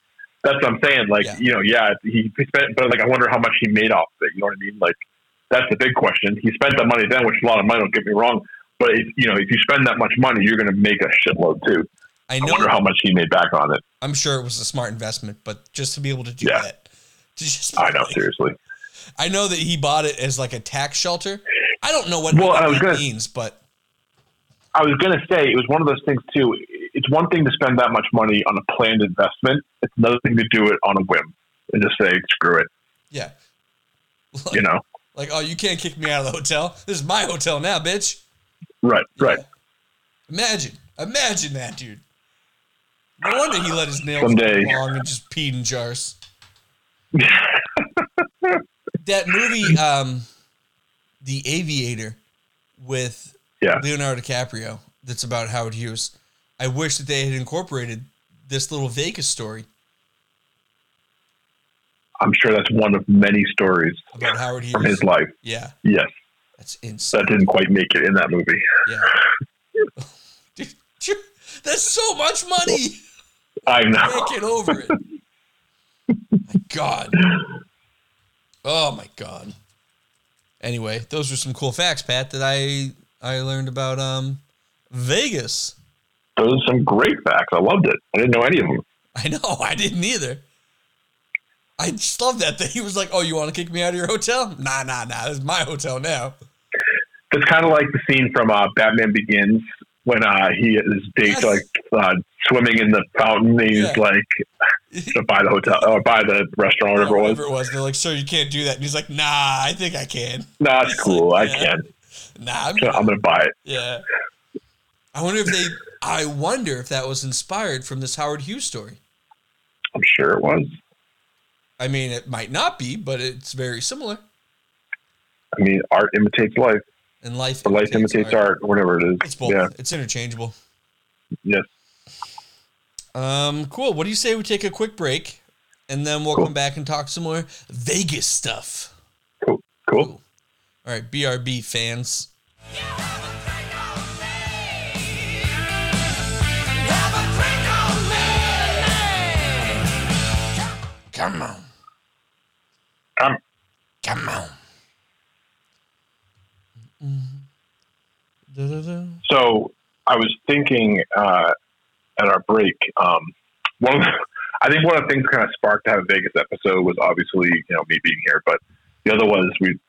Speaker 2: that's what I'm saying. Like,
Speaker 1: Yeah.
Speaker 2: you know, yeah, he spent, but like, I wonder how much he made off of it. You know what I mean? Like, that's the big question. He spent that money then, which is a lot of money, don't get me wrong. But, if, you know, if you spend that much money, you're going to make a shitload too.
Speaker 1: I
Speaker 2: I
Speaker 1: know
Speaker 2: wonder how much he made back on it.
Speaker 1: I'm sure it was a smart investment, but just to be able to do
Speaker 2: Yeah.
Speaker 1: that. to just-
Speaker 2: I know, seriously.
Speaker 1: I know that he bought it as like a tax shelter. I don't know what
Speaker 2: Well, I
Speaker 1: that
Speaker 2: was gonna-
Speaker 1: means, but
Speaker 2: I was going to say it was one of those things too. It's one thing to spend that much money on a planned investment. It's another thing to do it on a whim and just say, screw it,
Speaker 1: yeah.
Speaker 2: you know?
Speaker 1: Like, oh, you can't kick me out of the hotel. This is my hotel now, bitch.
Speaker 2: Right, right.
Speaker 1: Imagine, imagine that, dude. No wonder he let his nails
Speaker 2: Someday.
Speaker 1: go long and just peed in jars. That movie, um, The Aviator, with
Speaker 2: Yeah.
Speaker 1: Leonardo DiCaprio. That's about Howard Hughes. I wish that they had incorporated this little Vegas story
Speaker 2: I'm sure that's one of many stories
Speaker 1: about Howard
Speaker 2: from
Speaker 1: Hughes.
Speaker 2: his life.
Speaker 1: Yeah,
Speaker 2: Yes,
Speaker 1: that's insane.
Speaker 2: that didn't quite make it in that movie.
Speaker 1: Yeah, Dude, dude, that's so much money.
Speaker 2: I know.
Speaker 1: can't get over it. my God. Oh my God. Anyway, those were some cool facts, Pat, that I I learned about um Vegas.
Speaker 2: Those are some great facts. I loved it. I didn't know any of them.
Speaker 1: I know, I didn't either. I just love that that he was like, "Oh, you want to kick me out of your hotel? Nah, nah, nah. This is my hotel now."
Speaker 2: It's kind of like the scene from uh, Batman Begins when uh, he his dates
Speaker 1: Yes.
Speaker 2: like uh, swimming in the fountain. And he's
Speaker 1: Yeah.
Speaker 2: like, to buy the hotel or buy the restaurant, whatever it was.
Speaker 1: Whatever it was, they're like, "Sir, you can't do that." And he's like, "Nah, I think I can.
Speaker 2: Nah, it's cool. I can.
Speaker 1: Nah, I'm,
Speaker 2: So I'm gonna buy it.
Speaker 1: yeah." I wonder if they. I wonder if that was inspired from this Howard Hughes story.
Speaker 2: I'm sure it was.
Speaker 1: I mean, it might not be, but it's very similar.
Speaker 2: I mean, art imitates life,
Speaker 1: And life,
Speaker 2: or life imitates art, or whatever it is.
Speaker 1: It's both.
Speaker 2: Yeah.
Speaker 1: It's interchangeable.
Speaker 2: Yes.
Speaker 1: Um, cool. What do you say we take a quick break, and then we'll
Speaker 2: Cool.
Speaker 1: come back and talk some more Vegas stuff.
Speaker 2: Cool.
Speaker 1: All right, BRB fans. Come on.
Speaker 2: Um,
Speaker 1: Come on. Mm-hmm. Da-da-da.
Speaker 2: so I was thinking uh, at our break. Um, one, of the, I think one of the things kind of sparked that Vegas episode was obviously you know me being here, but the other was we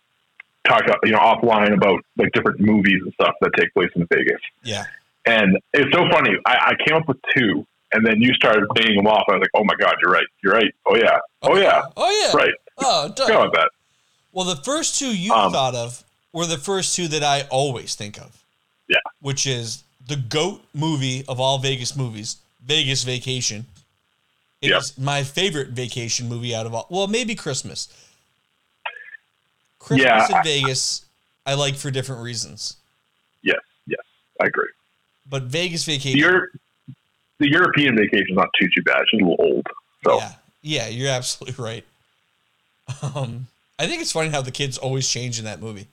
Speaker 2: talked uh, you know offline about like different movies and stuff that take place in Vegas.
Speaker 1: Yeah.
Speaker 2: And it's so funny. I, I came up with two, and then you started banging them off. I was like, "Oh my god, you're right. You're right. Oh yeah. Oh yeah.
Speaker 1: Oh yeah.
Speaker 2: Right.
Speaker 1: Oh, done.
Speaker 2: Go with that.
Speaker 1: Well, the first two you
Speaker 2: Um,
Speaker 1: thought of were the first two that I always think of.
Speaker 2: Yeah.
Speaker 1: Which is the GOAT movie of all Vegas movies, Vegas Vacation. It is
Speaker 2: Yeah.
Speaker 1: my favorite vacation movie out of all. Well, maybe Christmas. Christmas
Speaker 2: Yeah,
Speaker 1: in
Speaker 2: I-
Speaker 1: Vegas, I like for different reasons.
Speaker 2: Yes. Yes. I agree.
Speaker 1: But Vegas
Speaker 2: The,
Speaker 1: Vacation.
Speaker 2: Euro- the European vacation's not too too bad. It's just a little old. So
Speaker 1: Yeah, yeah, you're absolutely right. Um, I think it's funny how the kids always change in that movie.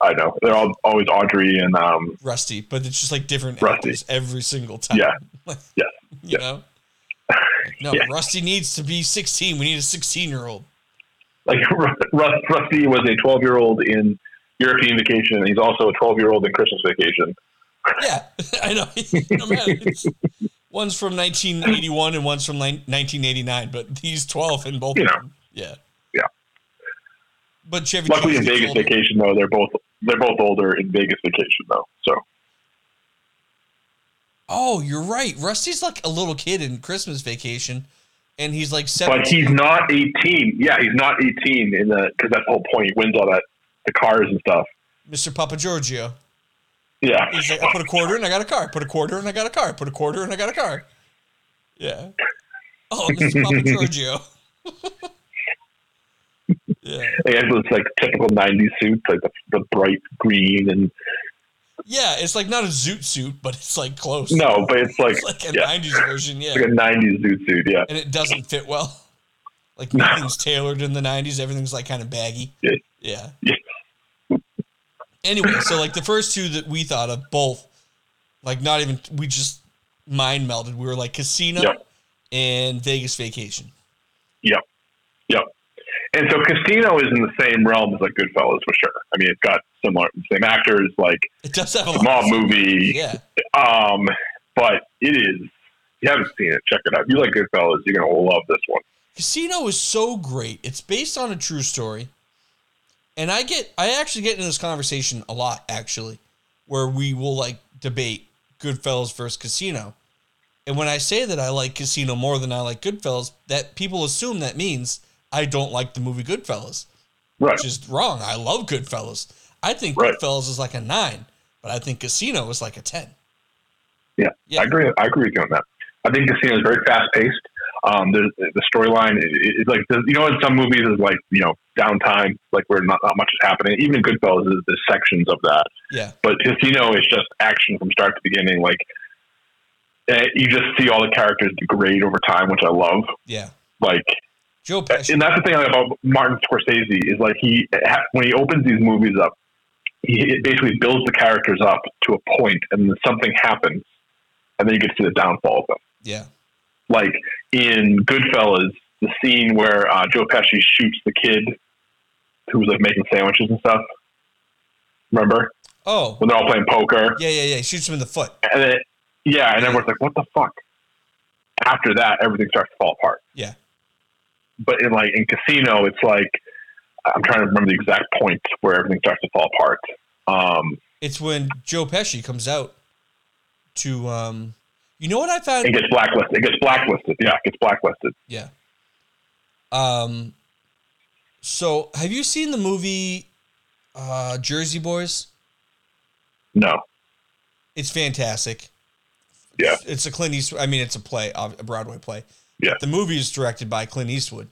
Speaker 2: I know they're all always Audrey and um.
Speaker 1: Rusty, but it's just like different
Speaker 2: Rusty.
Speaker 1: actors every single time.
Speaker 2: Yeah.
Speaker 1: Like,
Speaker 2: Yeah.
Speaker 1: You know? No,
Speaker 2: Yeah.
Speaker 1: Rusty needs to be 16. We need a 16 year old.
Speaker 2: Like Rust, Rusty was a twelve year old in European vacation, and he's also a twelve year old in Christmas vacation.
Speaker 1: Yeah, I know. no matter. It's- One's from 1981 and one's from nine- 1989, but he's 12 in both
Speaker 2: You
Speaker 1: of
Speaker 2: know.
Speaker 1: them. Yeah.
Speaker 2: Yeah.
Speaker 1: But Chevy
Speaker 2: Luckily,
Speaker 1: Chase
Speaker 2: in
Speaker 1: is
Speaker 2: Vegas
Speaker 1: older.
Speaker 2: vacation though, they're both they're both older in Vegas vacation though. So
Speaker 1: Oh, you're right. Rusty's like a little kid in Christmas vacation, and he's like seven.
Speaker 2: But he's not 18. Yeah, he's not 18 in the because that's the whole point. He wins all that the cars and stuff.
Speaker 1: Mr. Papa Giorgio.
Speaker 2: Yeah,
Speaker 1: He's like, I put a quarter and I got a car. Put a quarter and I got a car. Put a quarter and I got a car. Yeah. Oh, Mr. Papa Giorgio. yeah.
Speaker 2: and it was like typical 90s suits, like the, the bright green and
Speaker 1: Yeah, it's like not a zoot suit, but it's like close.
Speaker 2: no, but it's like
Speaker 1: It's like a
Speaker 2: yeah,
Speaker 1: 90s version, yeah.
Speaker 2: it's like a 90s zoot suit. Yeah,
Speaker 1: and it doesn't fit well. Like
Speaker 2: No.
Speaker 1: nothing's tailored in the 90s, everything's like kind of baggy.
Speaker 2: Yeah.
Speaker 1: Yeah.
Speaker 2: Yeah.
Speaker 1: anyway, so like the first two that we thought of both like not even we just mind melded. We were like casino
Speaker 2: Yep.
Speaker 1: and Vegas vacation.
Speaker 2: and so Casino is in the same realm as like Goodfellas for sure. I mean, it's got similar same actors, like
Speaker 1: It does have a
Speaker 2: the
Speaker 1: lot.
Speaker 2: mob
Speaker 1: of-
Speaker 2: movie.
Speaker 1: Oh, Yeah.
Speaker 2: Um, but it is. If you haven't seen it, check it out. If you like Goodfellas, you're gonna love this one.
Speaker 1: Casino is so great. It's based on a true story. And I get I actually get in this conversation a lot actually where we will like debate Goodfellas versus Casino. And when I say that I like Casino more than I like Goodfellas, that people assume that means I don't like the movie Goodfellas,
Speaker 2: Right?
Speaker 1: which is wrong. I love Goodfellas. I think
Speaker 2: Right.
Speaker 1: Goodfellas is like a 9, but I think Casino is like a 10. yeah.
Speaker 2: I agree. I agree with you on that. I think Casino is very fast paced. Um, there's the storyline is is like there's- you know in some movies is like you know downtime like where not, not much is happening. Even in Goodfellas is there's sections of that,
Speaker 1: Yeah.
Speaker 2: but Casino is just action from start to beginning. Like eh, you just see all the characters degrade over time, which I love.
Speaker 1: Yeah.
Speaker 2: Like
Speaker 1: Joe Pesci.
Speaker 2: and that's the thing about Martin Scorsese is like he when he opens these movies up, he basically builds the characters up to a point, and then something happens, and then you get to see the downfall of them.
Speaker 1: yeah.
Speaker 2: Like in Goodfellas, the scene where uh, Joe Pesci shoots the kid who was like making sandwiches and stuff. Remember
Speaker 1: Oh.
Speaker 2: when they're all playing poker?
Speaker 1: Yeah, yeah, yeah. Shoots him in the foot.
Speaker 2: And then, yeah, and everyone's like, "What the fuck?" After that, everything starts to fall apart.
Speaker 1: Yeah.
Speaker 2: But in like in Casino, it's like I'm trying to remember the exact point where everything starts to fall apart. Um,
Speaker 1: It's when Joe Pesci comes out to um You know what I found?
Speaker 2: It gets blacklisted. It gets blacklisted. Yeah, it gets blacklisted.
Speaker 1: Yeah. Um. So, have you seen the movie uh, Jersey Boys?
Speaker 2: No.
Speaker 1: It's fantastic.
Speaker 2: Yeah.
Speaker 1: It's, it's a Clint Eastwood. I mean, it's a play, ob- a Broadway play.
Speaker 2: Yeah.
Speaker 1: The movie is directed by Clint Eastwood.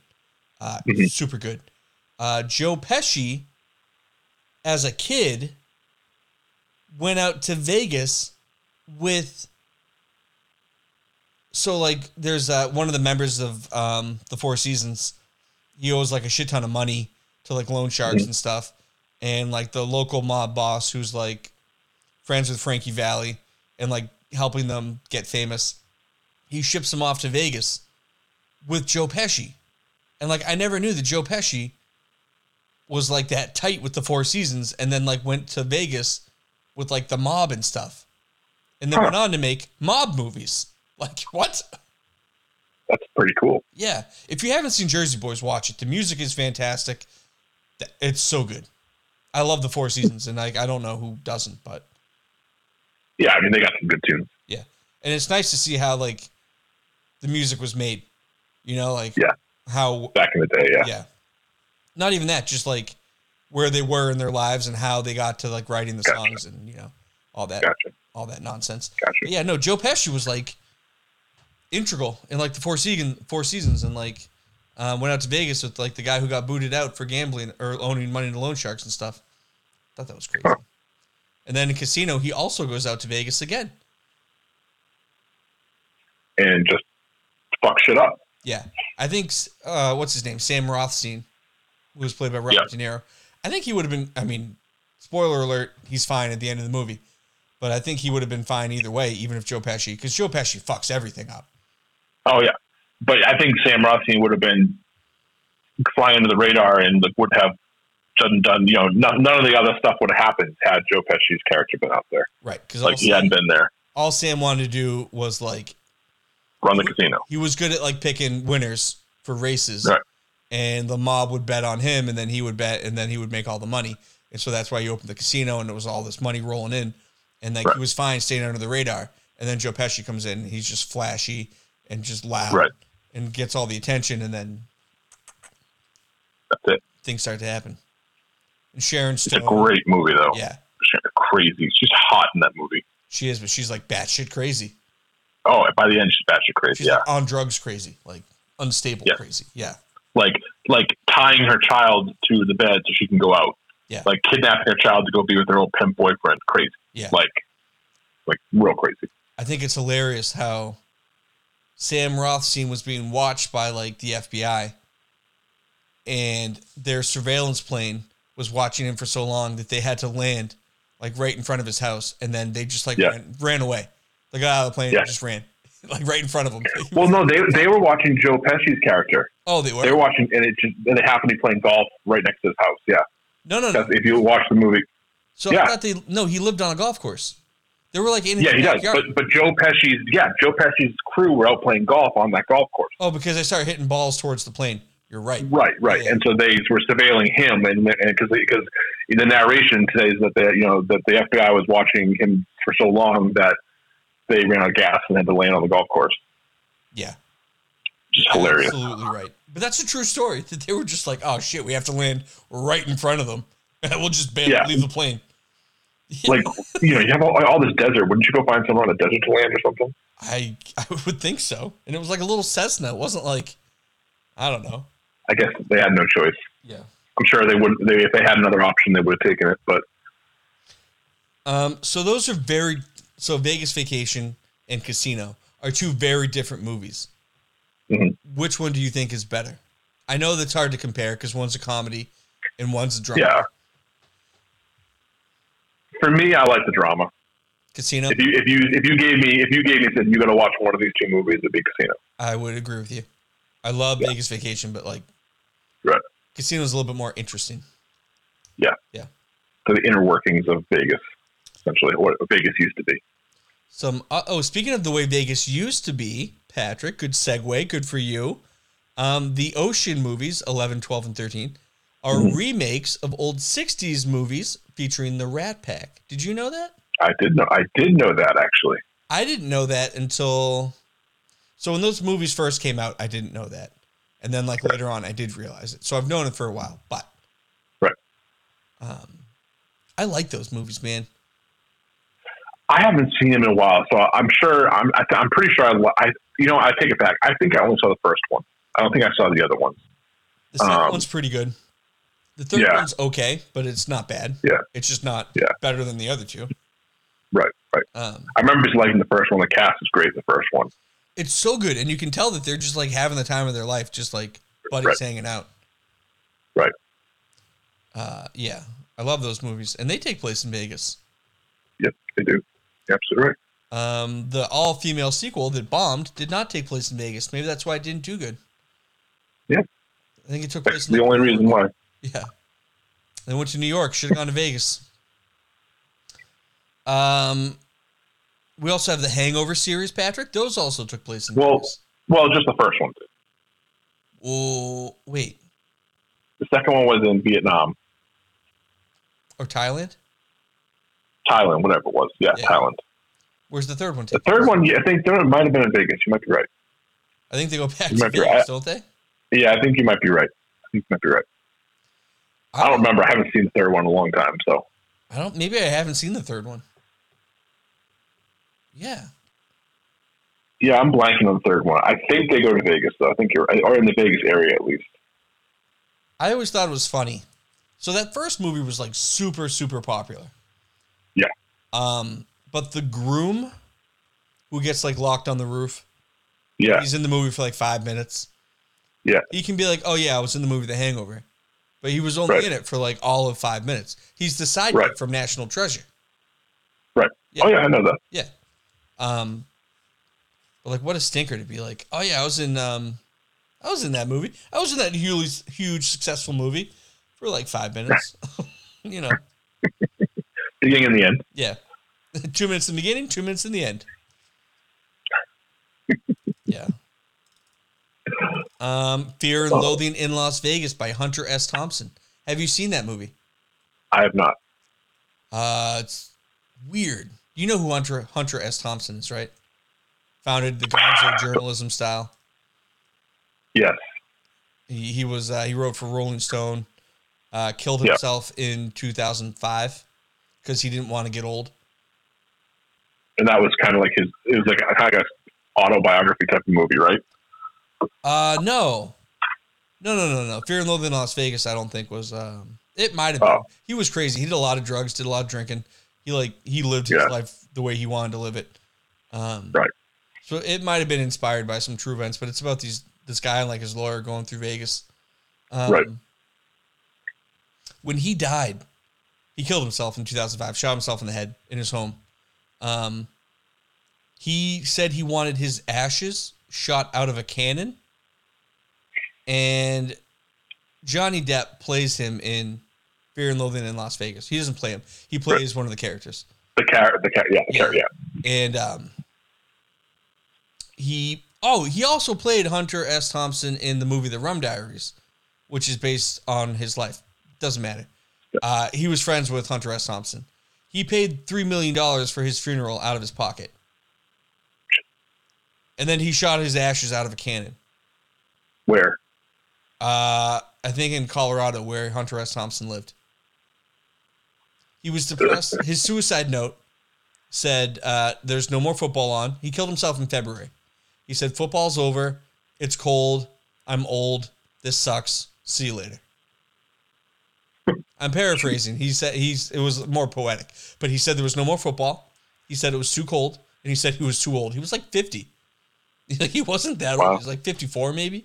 Speaker 1: Uh,
Speaker 2: Mhm.
Speaker 1: Super good. Uh, Joe Pesci, as a kid, went out to Vegas with. So like, there's uh, one of the members of um, the Four Seasons. He owes like a shit ton of money to like loan sharks
Speaker 2: Mm-hmm.
Speaker 1: and stuff, and like the local mob boss who's like friends with Frankie Valley and like helping them get famous. He ships them off to Vegas with Joe Pesci. And like I never knew that Joe Pesci was like that tight with the Four Seasons and then like went to Vegas with like the mob and stuff. And then
Speaker 2: Huh.
Speaker 1: went on to make mob movies. Like what?
Speaker 2: That's pretty cool.
Speaker 1: Yeah. If you haven't seen Jersey Boys, watch it. The music is fantastic. Th- It's so good. I love the Four Seasons and like I don't know who doesn't, but
Speaker 2: Yeah, I mean they got some good tunes.
Speaker 1: and it's nice to see how like the music was made you know like
Speaker 2: Yeah.
Speaker 1: how
Speaker 2: Back in the day, yeah.
Speaker 1: yeah. not even that just like where they were in their lives and how they got to like writing the
Speaker 2: Gotcha.
Speaker 1: songs and you know all that
Speaker 2: Gotcha.
Speaker 1: all that nonsense but
Speaker 2: Gotcha.
Speaker 1: yeah no joe pesci was like integral in like the four season four seasons and like uh, went out to vegas with like the guy who got booted out for gambling or owning money to loan sharks and stuff thought that was crazy
Speaker 2: Huh.
Speaker 1: and then in casino he also goes out to vegas again
Speaker 2: And just fuck shit up.
Speaker 1: Yeah, I think uh, what's his name, Sam Rothstein, who was played by Robert De
Speaker 2: Yeah.
Speaker 1: Niro. I think he would have been. I mean, spoiler alert, he's fine at the end of the movie, but I think he would have been fine either way, even if Joe Pesci, because Joe Pesci fucks everything up.
Speaker 2: Oh yeah, but I think Sam Rothstein would have been flying under the radar and would have done done. You know, no, none of the other stuff would have happened had Joe Pesci's character been out there.
Speaker 1: Right, because
Speaker 2: Like
Speaker 1: all,
Speaker 2: he hadn't
Speaker 1: Sam-
Speaker 2: been there,
Speaker 1: all Sam wanted to do was like
Speaker 2: run the casino.
Speaker 1: he was good at like picking winners for races,
Speaker 2: Right.
Speaker 1: and the mob would bet on him, and then he would bet, and then he would make all the money, and so that's why he opened the casino, and it was all this money rolling in, and like
Speaker 2: Right.
Speaker 1: he was fine staying under the radar, and then Joe Pesci comes in, and he's just flashy and just loud,
Speaker 2: Right.
Speaker 1: and gets all the attention, and then
Speaker 2: That's it.
Speaker 1: things start to happen. And Sharon
Speaker 2: It's
Speaker 1: Stone,
Speaker 2: a great movie though.
Speaker 1: yeah,
Speaker 2: She's Crazy. She's hot in that movie.
Speaker 1: she is, but she's like batshit crazy.
Speaker 2: Oh, and by the end she's batshit crazy.
Speaker 1: She's
Speaker 2: yeah,
Speaker 1: like on drugs crazy, like unstable
Speaker 2: Yeah.
Speaker 1: crazy. Yeah,
Speaker 2: like like tying her child to the bed so she can go out.
Speaker 1: Yeah.
Speaker 2: Like kidnapping her child to go be with her old pimp boyfriend. Crazy.
Speaker 1: yeah.
Speaker 2: Like like real crazy.
Speaker 1: I think it's hilarious how Sam Rothstein was being watched by like the FBI and their surveillance plane was watching him for so long that they had to land like right in front of his house and then they just like
Speaker 2: Yeah.
Speaker 1: ran, ran away. They got out of the plane
Speaker 2: Yeah.
Speaker 1: and just ran like right in front of him.
Speaker 2: Well, no, they they were watching Joe Pesci's character.
Speaker 1: oh, they were.
Speaker 2: They were watching, and it just and it happened to be playing golf right next to his house. Yeah,
Speaker 1: no, no, no.
Speaker 2: That's- if you watch the movie,
Speaker 1: So I
Speaker 2: yeah.
Speaker 1: thought they no, he lived on a golf course. They were like in his
Speaker 2: yeah, he does.
Speaker 1: backyard.
Speaker 2: But but Joe Pesci's yeah, Joe Pesci's crew were out playing golf on that golf course.
Speaker 1: oh, because they started hitting balls towards the plane. You're right.
Speaker 2: Right, right.
Speaker 1: Yeah.
Speaker 2: And so they were surveilling him, and because because the narration says that they you know that the FBI was watching him for so long that they ran out of gas and had to land on the golf course.
Speaker 1: Yeah.
Speaker 2: Just hilarious.
Speaker 1: Absolutely right. But that's a true story that they were just like, oh shit, we have to land right in front of them. And we'll just ban
Speaker 2: Yeah.
Speaker 1: leave the plane.
Speaker 2: Like you know, you have all, all this desert. Wouldn't you go find somewhere on a desert to land or something?
Speaker 1: I I would think so. And it was like a little Cessna. It wasn't like I don't know.
Speaker 2: I guess they had no choice.
Speaker 1: Yeah.
Speaker 2: I'm sure they would. They, if they had another option, they would have taken it. But
Speaker 1: Um so those are very so Vegas Vacation and Casino are two very different movies.
Speaker 2: Mhm.
Speaker 1: Which one do you think is better? I know that's hard to compare because one's a comedy and one's a drama.
Speaker 2: yeah, for me, I like the drama.
Speaker 1: Casino,
Speaker 2: If you if you if you gave me if you gave me said you got to watch one of these two movies, it'd be Casino.
Speaker 1: I would agree with you. I love
Speaker 2: Yeah.
Speaker 1: Vegas Vacation, but like
Speaker 2: Right.
Speaker 1: Casino's a little bit more interesting.
Speaker 2: So the inner workings of Vegas, essentially what Vegas used to be.
Speaker 1: Some uh, oh, speaking of the way Vegas used to be, Patrick, good segue, good for you. Um, the Ocean movies, 11, 12, and 13, are
Speaker 2: Mhm.
Speaker 1: remakes of old 60s movies featuring the Rat Pack. Did you know that?
Speaker 2: I did know I did know that actually.
Speaker 1: I didn't know that until so when those movies first came out, I didn't know that, and then like later on, I did realize it. So I've known it for a while, but
Speaker 2: Right.
Speaker 1: Um, I like those movies, man.
Speaker 2: I haven't seen him in a while, so I'm sure I'm. I th- I'm pretty sure I, li- I. You know, I take it back. I think I only saw the first one. I don't think I saw the other ones.
Speaker 1: The second
Speaker 2: Um,
Speaker 1: one's pretty good. The third
Speaker 2: yeah.
Speaker 1: one's okay, but it's not bad.
Speaker 2: Yeah.
Speaker 1: It's just not
Speaker 2: Yeah.
Speaker 1: better than the other two.
Speaker 2: Right, right.
Speaker 1: Um,
Speaker 2: I remember just liking the first one. The cast is great. in The first one.
Speaker 1: it's so good, and you can tell that they're just like having the time of their life, just like buddies
Speaker 2: Right.
Speaker 1: hanging out.
Speaker 2: Right.
Speaker 1: Uh, yeah, I love those movies, and they take place in Vegas.
Speaker 2: Yep, they do. You're absolutely right.
Speaker 1: Um, the all-female sequel that bombed did not take place in Vegas. Maybe that's why it didn't do good.
Speaker 2: Yeah.
Speaker 1: I think it took place.
Speaker 2: That's the only reason why.
Speaker 1: Yeah. They went to New York. Should have gone to Vegas. Um, we also have the Hangover series, Patrick. Those also took place in
Speaker 2: Well-
Speaker 1: Vegas.
Speaker 2: Well, just the first one.
Speaker 1: Oh, wait.
Speaker 2: The second one was in Vietnam,
Speaker 1: Or Thailand?
Speaker 2: Thailand, whatever it was. Yeah,
Speaker 1: Yeah.
Speaker 2: Thailand.
Speaker 1: Where's the third one?
Speaker 2: The
Speaker 1: Take
Speaker 2: third
Speaker 1: place?
Speaker 2: one, yeah, I think third one might have been in Vegas. You might be right.
Speaker 1: I think they go back to
Speaker 2: Remember,
Speaker 1: Vegas, don't they?
Speaker 2: Yeah, I think you might be right. I think you might be right. I don't remember. I haven't seen the third one in a long time, so
Speaker 1: I don't. Maybe I haven't seen the third one. Yeah.
Speaker 2: yeah, I'm blanking on the third one. I think they go to Vegas though. I think you're right. or in the Vegas area at least.
Speaker 1: I always thought it was funny. So that first movie was like super, super popular.
Speaker 2: Yeah.
Speaker 1: Um, but the groom who gets like locked on the roof,
Speaker 2: Yeah,
Speaker 1: he's in the movie for like five minutes.
Speaker 2: Yeah.
Speaker 1: He can be like, Oh yeah, I was in the movie The Hangover. But he was only
Speaker 2: Right.
Speaker 1: in it for like all of five minutes. He's the sidekick
Speaker 2: Right.
Speaker 1: from National Treasure.
Speaker 2: right.
Speaker 1: Yeah.
Speaker 2: Oh yeah, I know that.
Speaker 1: Yeah. Um but like what a stinker to be like, oh yeah, I was in um I was in that movie. I was in that huge huge successful movie for like five minutes. you know.
Speaker 2: Beginning and the end.
Speaker 1: Yeah. two minutes in the beginning, two minutes in the end. yeah. Um, Fear and
Speaker 2: Oh.
Speaker 1: Loathing in Las Vegas by Hunter S. Thompson. Have you seen that movie?
Speaker 2: I have not.
Speaker 1: Uh, it's weird. You know who Hunter Hunter S. Thompson is, right? Founded the Gonzo journalism style.
Speaker 2: Yes.
Speaker 1: He, he was uh, he wrote for Rolling Stone. Uh, killed
Speaker 2: Yeah.
Speaker 1: himself in 2005 because he didn't want to get old.
Speaker 2: And that was kind of like his. It was like a kind of autobiography type of movie, right?
Speaker 1: Uh, no, no, no, no, no. Fear and Loathing in Las Vegas. I don't think was. Um, it might have been.
Speaker 2: Oh.
Speaker 1: He was crazy. He did a lot of drugs. Did a lot of drinking. He like he lived his
Speaker 2: Yeah.
Speaker 1: life the way he wanted to live it. Um,
Speaker 2: Right.
Speaker 1: So it might have been inspired by some true events, but it's about these this guy and like his lawyer going through Vegas. Um,
Speaker 2: Right.
Speaker 1: When he died, he killed himself in 2005. Shot himself in the head in his home. Um, he said he wanted his ashes shot out of a cannon and Johnny Depp plays him in Fear and Loathing in Las Vegas. He doesn't play him; he plays one of the characters,
Speaker 2: The car. The car. Yeah. The
Speaker 1: Yeah.
Speaker 2: car. Yeah.
Speaker 1: and um, he oh he also played Hunter S. Thompson in the movie The Rum Diaries, which is based on his life. Doesn't matter. Uh, he was friends with Hunter S. Thompson. He paid three million dollars for his funeral out of his pocket, and then he shot his ashes out of a cannon.
Speaker 2: Where?
Speaker 1: Uh, I think in Colorado, where Hunter S. Thompson lived. He was depressed. His suicide note said, uh, "There's no more football on." He killed himself in February. He said, "Football's over. It's cold. I'm old. This sucks. See you later." I'm paraphrasing. He said he's it was more poetic, but he said there was no more football. He said it was too cold, and he said he was too old. He was like 50. he wasn't that old.
Speaker 2: Wow.
Speaker 1: He was like 54 maybe.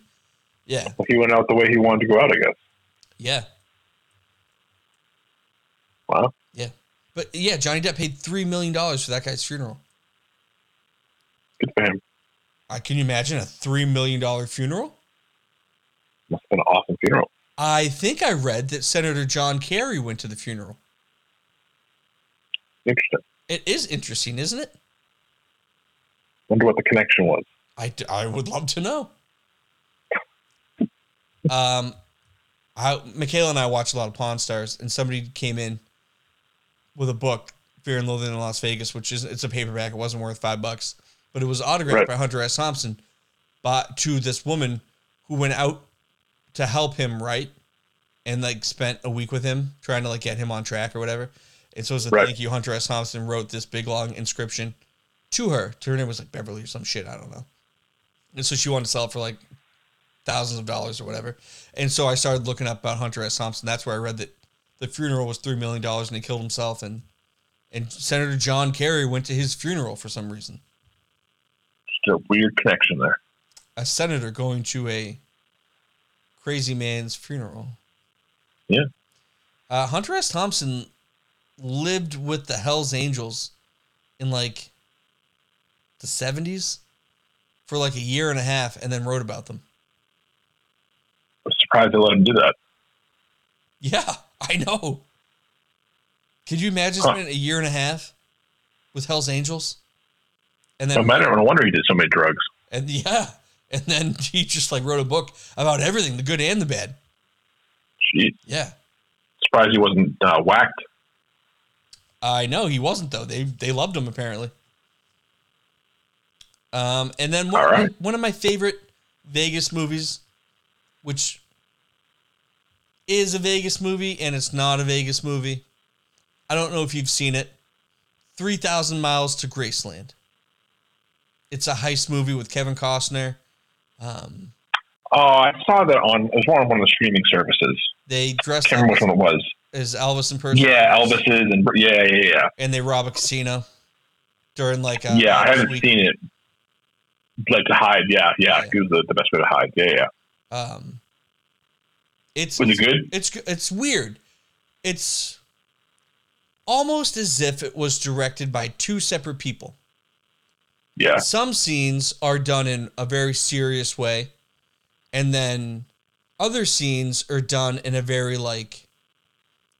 Speaker 1: Yeah.
Speaker 2: Well, he went out the way he wanted to go out. I guess.
Speaker 1: Yeah.
Speaker 2: Wow.
Speaker 1: Yeah. But yeah, Johnny Depp paid three million dollars for that guy's funeral.
Speaker 2: Good for him.
Speaker 1: Uh, can you imagine a three million dollar funeral?
Speaker 2: Must have been an awesome funeral.
Speaker 1: I think I read that Senator John Kerry went to the funeral.
Speaker 2: Interesting.
Speaker 1: It is interesting, isn't it?
Speaker 2: Wonder what the connection was.
Speaker 1: I, d- I would love to know. Um, I Michaela and I watch a lot of Pawn Stars, and somebody came in with a book, Fear and Loathing in Las Vegas, which is it's a paperback. It wasn't worth five bucks, but it was autographed
Speaker 2: Right.
Speaker 1: by Hunter S. Thompson, bought to this woman who went out to help him write, and like spent a week with him trying to like get him on track or whatever. And so as a
Speaker 2: Right.
Speaker 1: thank you, Hunter S. Thompson wrote this big long inscription to her. To her name was like Beverly or some shit. I don't know. And so she wanted to sell it for like thousands of dollars or whatever. And so I started looking up about Hunter S. Thompson. That's where I read that the funeral was three million dollars and he killed himself. And and Senator John Kerry went to his funeral for some reason.
Speaker 2: Just a weird connection there.
Speaker 1: A senator going to a crazy man's funeral.
Speaker 2: Yeah.
Speaker 1: Uh, Hunter S. Thompson lived with the Hell's Angels in like the seventies for like a year and a half, and then wrote about them.
Speaker 2: I'm surprised they let him do that.
Speaker 1: Yeah, I know. Could you imagine
Speaker 2: Huh.
Speaker 1: spending a year and a half with Hell's Angels? And
Speaker 2: No
Speaker 1: then
Speaker 2: matter, no wonder he did so many drugs.
Speaker 1: and yeah. And then he just like wrote a book about everything, the good and the bad.
Speaker 2: Gee,
Speaker 1: Yeah.
Speaker 2: surprised he wasn't uh, whacked.
Speaker 1: I know he wasn't though. They they loved him apparently. Um, and then one,
Speaker 2: All right.
Speaker 1: one of my favorite Vegas movies, which is a Vegas movie and it's not a Vegas movie. I don't know if you've seen it. Three thousand miles to Graceland. It's a heist movie with Kevin Costner. Um,
Speaker 2: Oh, I saw that on. It was on one of the streaming services.
Speaker 1: they dress
Speaker 2: Can't remember which one
Speaker 1: up
Speaker 2: it was.
Speaker 1: as Elvis in person.
Speaker 2: Yeah, Elvis's and yeah, yeah, yeah.
Speaker 1: And they rob a casino during like a
Speaker 2: yeah, I
Speaker 1: Elvis
Speaker 2: haven't
Speaker 1: weekend.
Speaker 2: seen it. Like to hide, yeah, yeah.
Speaker 1: Yeah.
Speaker 2: It was the, the best way to hide. Yeah, yeah.
Speaker 1: Um, it's
Speaker 2: Was it good?
Speaker 1: it's it's weird. It's almost as if it was directed by two separate people.
Speaker 2: Yeah,
Speaker 1: Some scenes are done in a very serious way, and then other scenes are done in a very like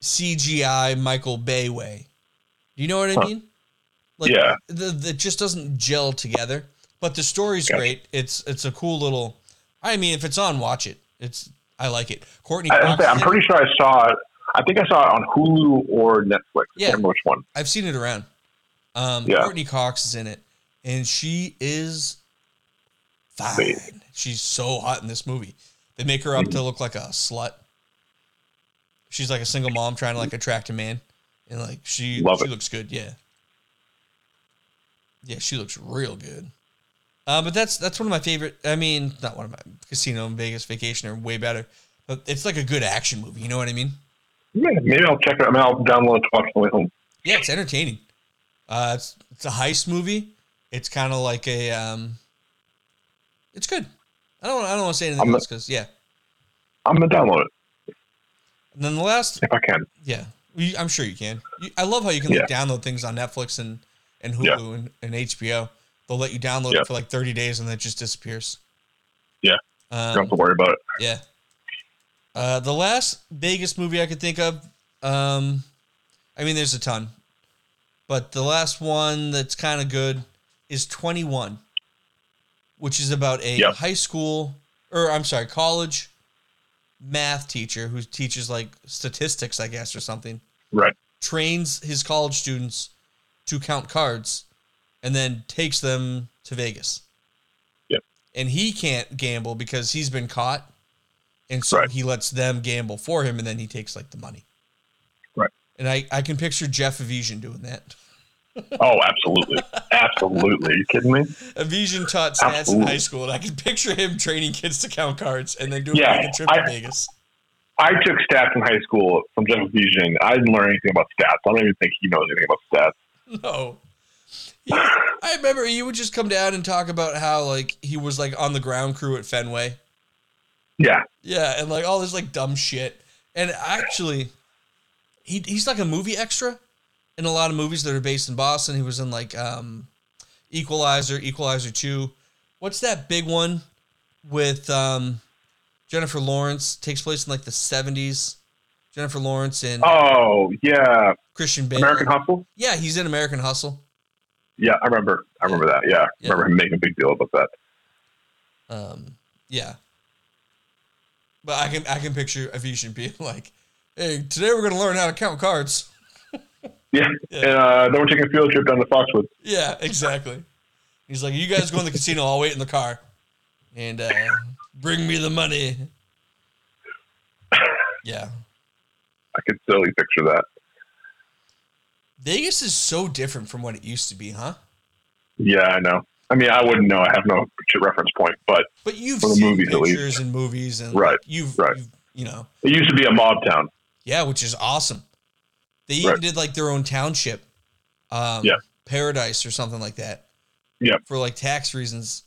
Speaker 1: CGI Michael Bay way. Do you know what I
Speaker 2: Huh.
Speaker 1: mean? Like
Speaker 2: Yeah.
Speaker 1: the, the it just doesn't gel together. But the story's
Speaker 2: Gotcha.
Speaker 1: great. It's it's a cool little I mean if it's on, watch it. It's I like it. Courtney
Speaker 2: I,
Speaker 1: Cox
Speaker 2: I, am
Speaker 1: is in
Speaker 2: pretty sure I saw it. I think I saw it on Hulu or Netflix. I
Speaker 1: Yeah.
Speaker 2: can't remember which one.
Speaker 1: I've seen it around. Um,
Speaker 2: Yeah.
Speaker 1: Courtney Cox is in it, and she is fine.
Speaker 2: Wait.
Speaker 1: She's so hot in this movie. They make her up to look like a slut. She's like a single mom trying to like attract a man, and like she
Speaker 2: Love
Speaker 1: she
Speaker 2: it.
Speaker 1: looks good. Yeah, yeah, she looks real good. Uh, but that's that's one of my favorite. I mean, not one of my Casino and Vegas Vacation are way better, but it's like a good action movie. You know what I mean?
Speaker 2: Yeah, maybe I'll check it. I mean, I'll download it to watch on the way home.
Speaker 1: Yeah, it's entertaining. Uh, it's it's a heist movie. It's kind of like a um, it's good. I don't I don't want to say anything
Speaker 2: I'm not-
Speaker 1: else because yeah.
Speaker 2: I'm gonna download it
Speaker 1: And then the last
Speaker 2: if I can.
Speaker 1: yeah, you, I'm sure you can. You, I love how you can like download things on Netflix and and Hulu
Speaker 2: Yeah.
Speaker 1: and, and HBO. They'll let you download
Speaker 2: Yeah.
Speaker 1: it for like 30 days and then it just disappears.
Speaker 2: Yeah. don't
Speaker 1: Um,
Speaker 2: have to worry about it.
Speaker 1: Yeah. Uh, the last Vegas movie I could think of, um, I mean, there's a ton, but the last one that's kind of good is 21, which is about a
Speaker 2: Yeah.
Speaker 1: high school, or I'm sorry, college math teacher who teaches like statistics, I guess, or something
Speaker 2: Right.
Speaker 1: trains his college students to count cards and then takes them to Vegas.
Speaker 2: Yep.
Speaker 1: And he can't gamble because he's been caught. And so
Speaker 2: Right.
Speaker 1: he lets them gamble for him and then he takes like the money.
Speaker 2: Right.
Speaker 1: And I, I can picture Jeff Avesian doing that.
Speaker 2: Oh, absolutely, absolutely. you kidding me?
Speaker 1: Avesian taught stats
Speaker 2: Absolutely.
Speaker 1: in high school and I can picture him training kids to count cards and then doing
Speaker 2: Yeah,
Speaker 1: like a trip to
Speaker 2: I-
Speaker 1: Vegas.
Speaker 2: I took stats in high school from Jeff Fusion. I didn't learn anything about stats. I don't even think he knows anything about stats.
Speaker 1: No. He- I remember he would just come down and talk about how like he was like on the ground crew at Fenway
Speaker 2: Yeah,
Speaker 1: Yeah, and like all this like dumb shit. And actually, he he's like a movie extra in a lot of movies that are based in Boston. He was in like um, Equalizer, Equalizer Two. What's that big one with um, Jennifer Lawrence? Takes place in like the seventies. Jennifer Lawrence and
Speaker 2: Oh yeah,
Speaker 1: Christian Bale.
Speaker 2: American Hustle.
Speaker 1: yeah, he's in American Hustle.
Speaker 2: Yeah, I remember. I remember that. Yeah,
Speaker 1: Yeah.
Speaker 2: I remember him making a big deal about that.
Speaker 1: Um, yeah. But I can I can picture Avishing being like, "Hey, today we're gonna learn how to count cards."
Speaker 2: Yeah.
Speaker 1: Yeah.
Speaker 2: And uh, then we're taking a field trip down to Foxwoods.
Speaker 1: Yeah, exactly. He's like, "You guys go in the casino. I'll wait in the car, and uh, bring me the money." Yeah,
Speaker 2: I could totally picture that.
Speaker 1: Vegas is so different from what it used to be, huh?
Speaker 2: Yeah, I know. I mean, I wouldn't know. I have no reference point, but
Speaker 1: But you've
Speaker 2: From the
Speaker 1: seen
Speaker 2: movies, at least.
Speaker 1: pictures and movies, and
Speaker 2: Right,
Speaker 1: you've,
Speaker 2: right.
Speaker 1: you've- you know,
Speaker 2: it used to be a mob town.
Speaker 1: yeah, which is awesome. They even
Speaker 2: Right.
Speaker 1: did like their own township, um,
Speaker 2: Yeah.
Speaker 1: paradise or something like that.
Speaker 2: Yeah.
Speaker 1: for like tax reasons.